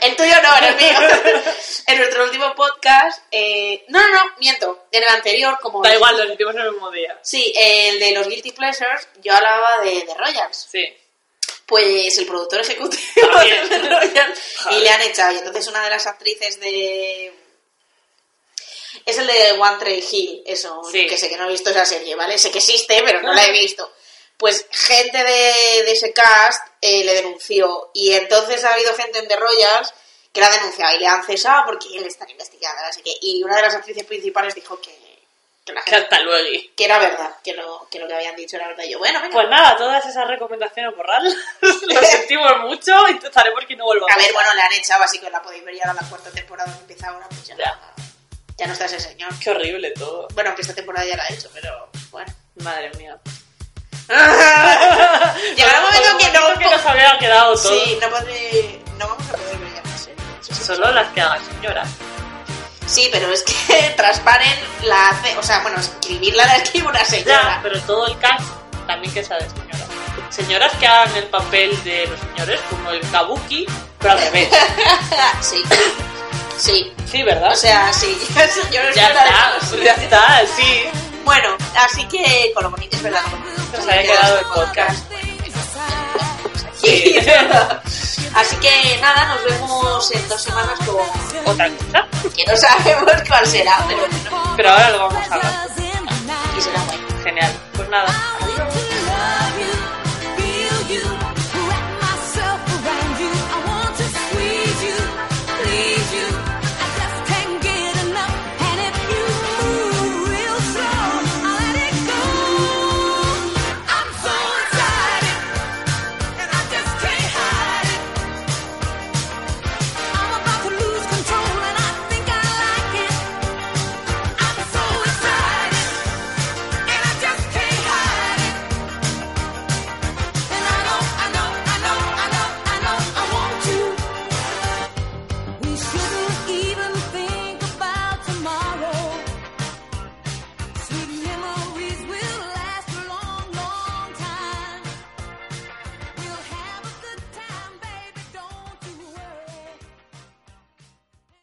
[SPEAKER 2] El tuyo no, en el mío. en nuestro último podcast. eh, No, no, no, miento. En el anterior, como.
[SPEAKER 3] Da igual, los hicimos en el mismo día.
[SPEAKER 2] Sí, el de los Guilty Pleasures, yo hablaba de, de Royals.
[SPEAKER 3] Sí.
[SPEAKER 2] Pues el productor ejecutivo
[SPEAKER 3] También.
[SPEAKER 2] de Royals. Y
[SPEAKER 3] Joder.
[SPEAKER 2] le han echado. Y entonces una de las actrices de. Es el de One Tree Hill, eso.
[SPEAKER 3] Sí. Ah.
[SPEAKER 2] Que sé que no he visto esa serie, ¿vale? Sé que existe, pero no la he visto. Pues gente de, de ese cast eh, le denunció. Y entonces ha habido gente en The Royals que la ha denunciado y le han cesado porque le están investigando. Así que, y una de las actrices principales dijo que, que la
[SPEAKER 3] Que
[SPEAKER 2] gente
[SPEAKER 3] hasta luego.
[SPEAKER 2] que era verdad, que lo que, lo que habían dicho era verdad. Y yo, bueno, venga.
[SPEAKER 3] Pues nada, todas esas recomendaciones borrarlas. Lo sentimos mucho, intentaré porque no vuelva
[SPEAKER 2] a ver, bueno, le han echado, así que la podéis ver ya ahora la cuarta temporada que empieza ahora, pues ya,
[SPEAKER 3] Ya.
[SPEAKER 2] ya no está ese señor.
[SPEAKER 3] Qué horrible todo.
[SPEAKER 2] Bueno, aunque esta temporada ya la ha hecho, pero bueno.
[SPEAKER 3] Madre mía.
[SPEAKER 2] Llegará un momento que no.
[SPEAKER 3] Que nos había quedado todo.
[SPEAKER 2] Sí, no podré. No vamos a poder ver ya más series. Eso sí.
[SPEAKER 3] Solo las que hagan señora.
[SPEAKER 2] Sí, pero es que Transparen la hace. O sea, bueno, escribirla la escribe una
[SPEAKER 3] Ya,
[SPEAKER 2] señora.
[SPEAKER 3] pero todo el cast también que sea de señora. Señoras que hagan el papel de los señores, como el kabuki, pero al revés.
[SPEAKER 2] sí. Sí.
[SPEAKER 3] Sí, ¿verdad?
[SPEAKER 2] O sea, sí. Señora,
[SPEAKER 3] ya
[SPEAKER 2] señora,
[SPEAKER 3] está, pues ya está, sí.
[SPEAKER 2] Bueno, así que con lo bonito es verdad.
[SPEAKER 3] Nos había quedado el podcast.
[SPEAKER 2] Sí, es verdad. Así que nada, nos vemos en dos semanas con...
[SPEAKER 3] Otra cosa.
[SPEAKER 2] Que no sabemos cuál será, pero bueno,
[SPEAKER 3] Pero ahora lo vamos a hablar.
[SPEAKER 2] y será bueno.
[SPEAKER 3] Genial. Pues nada.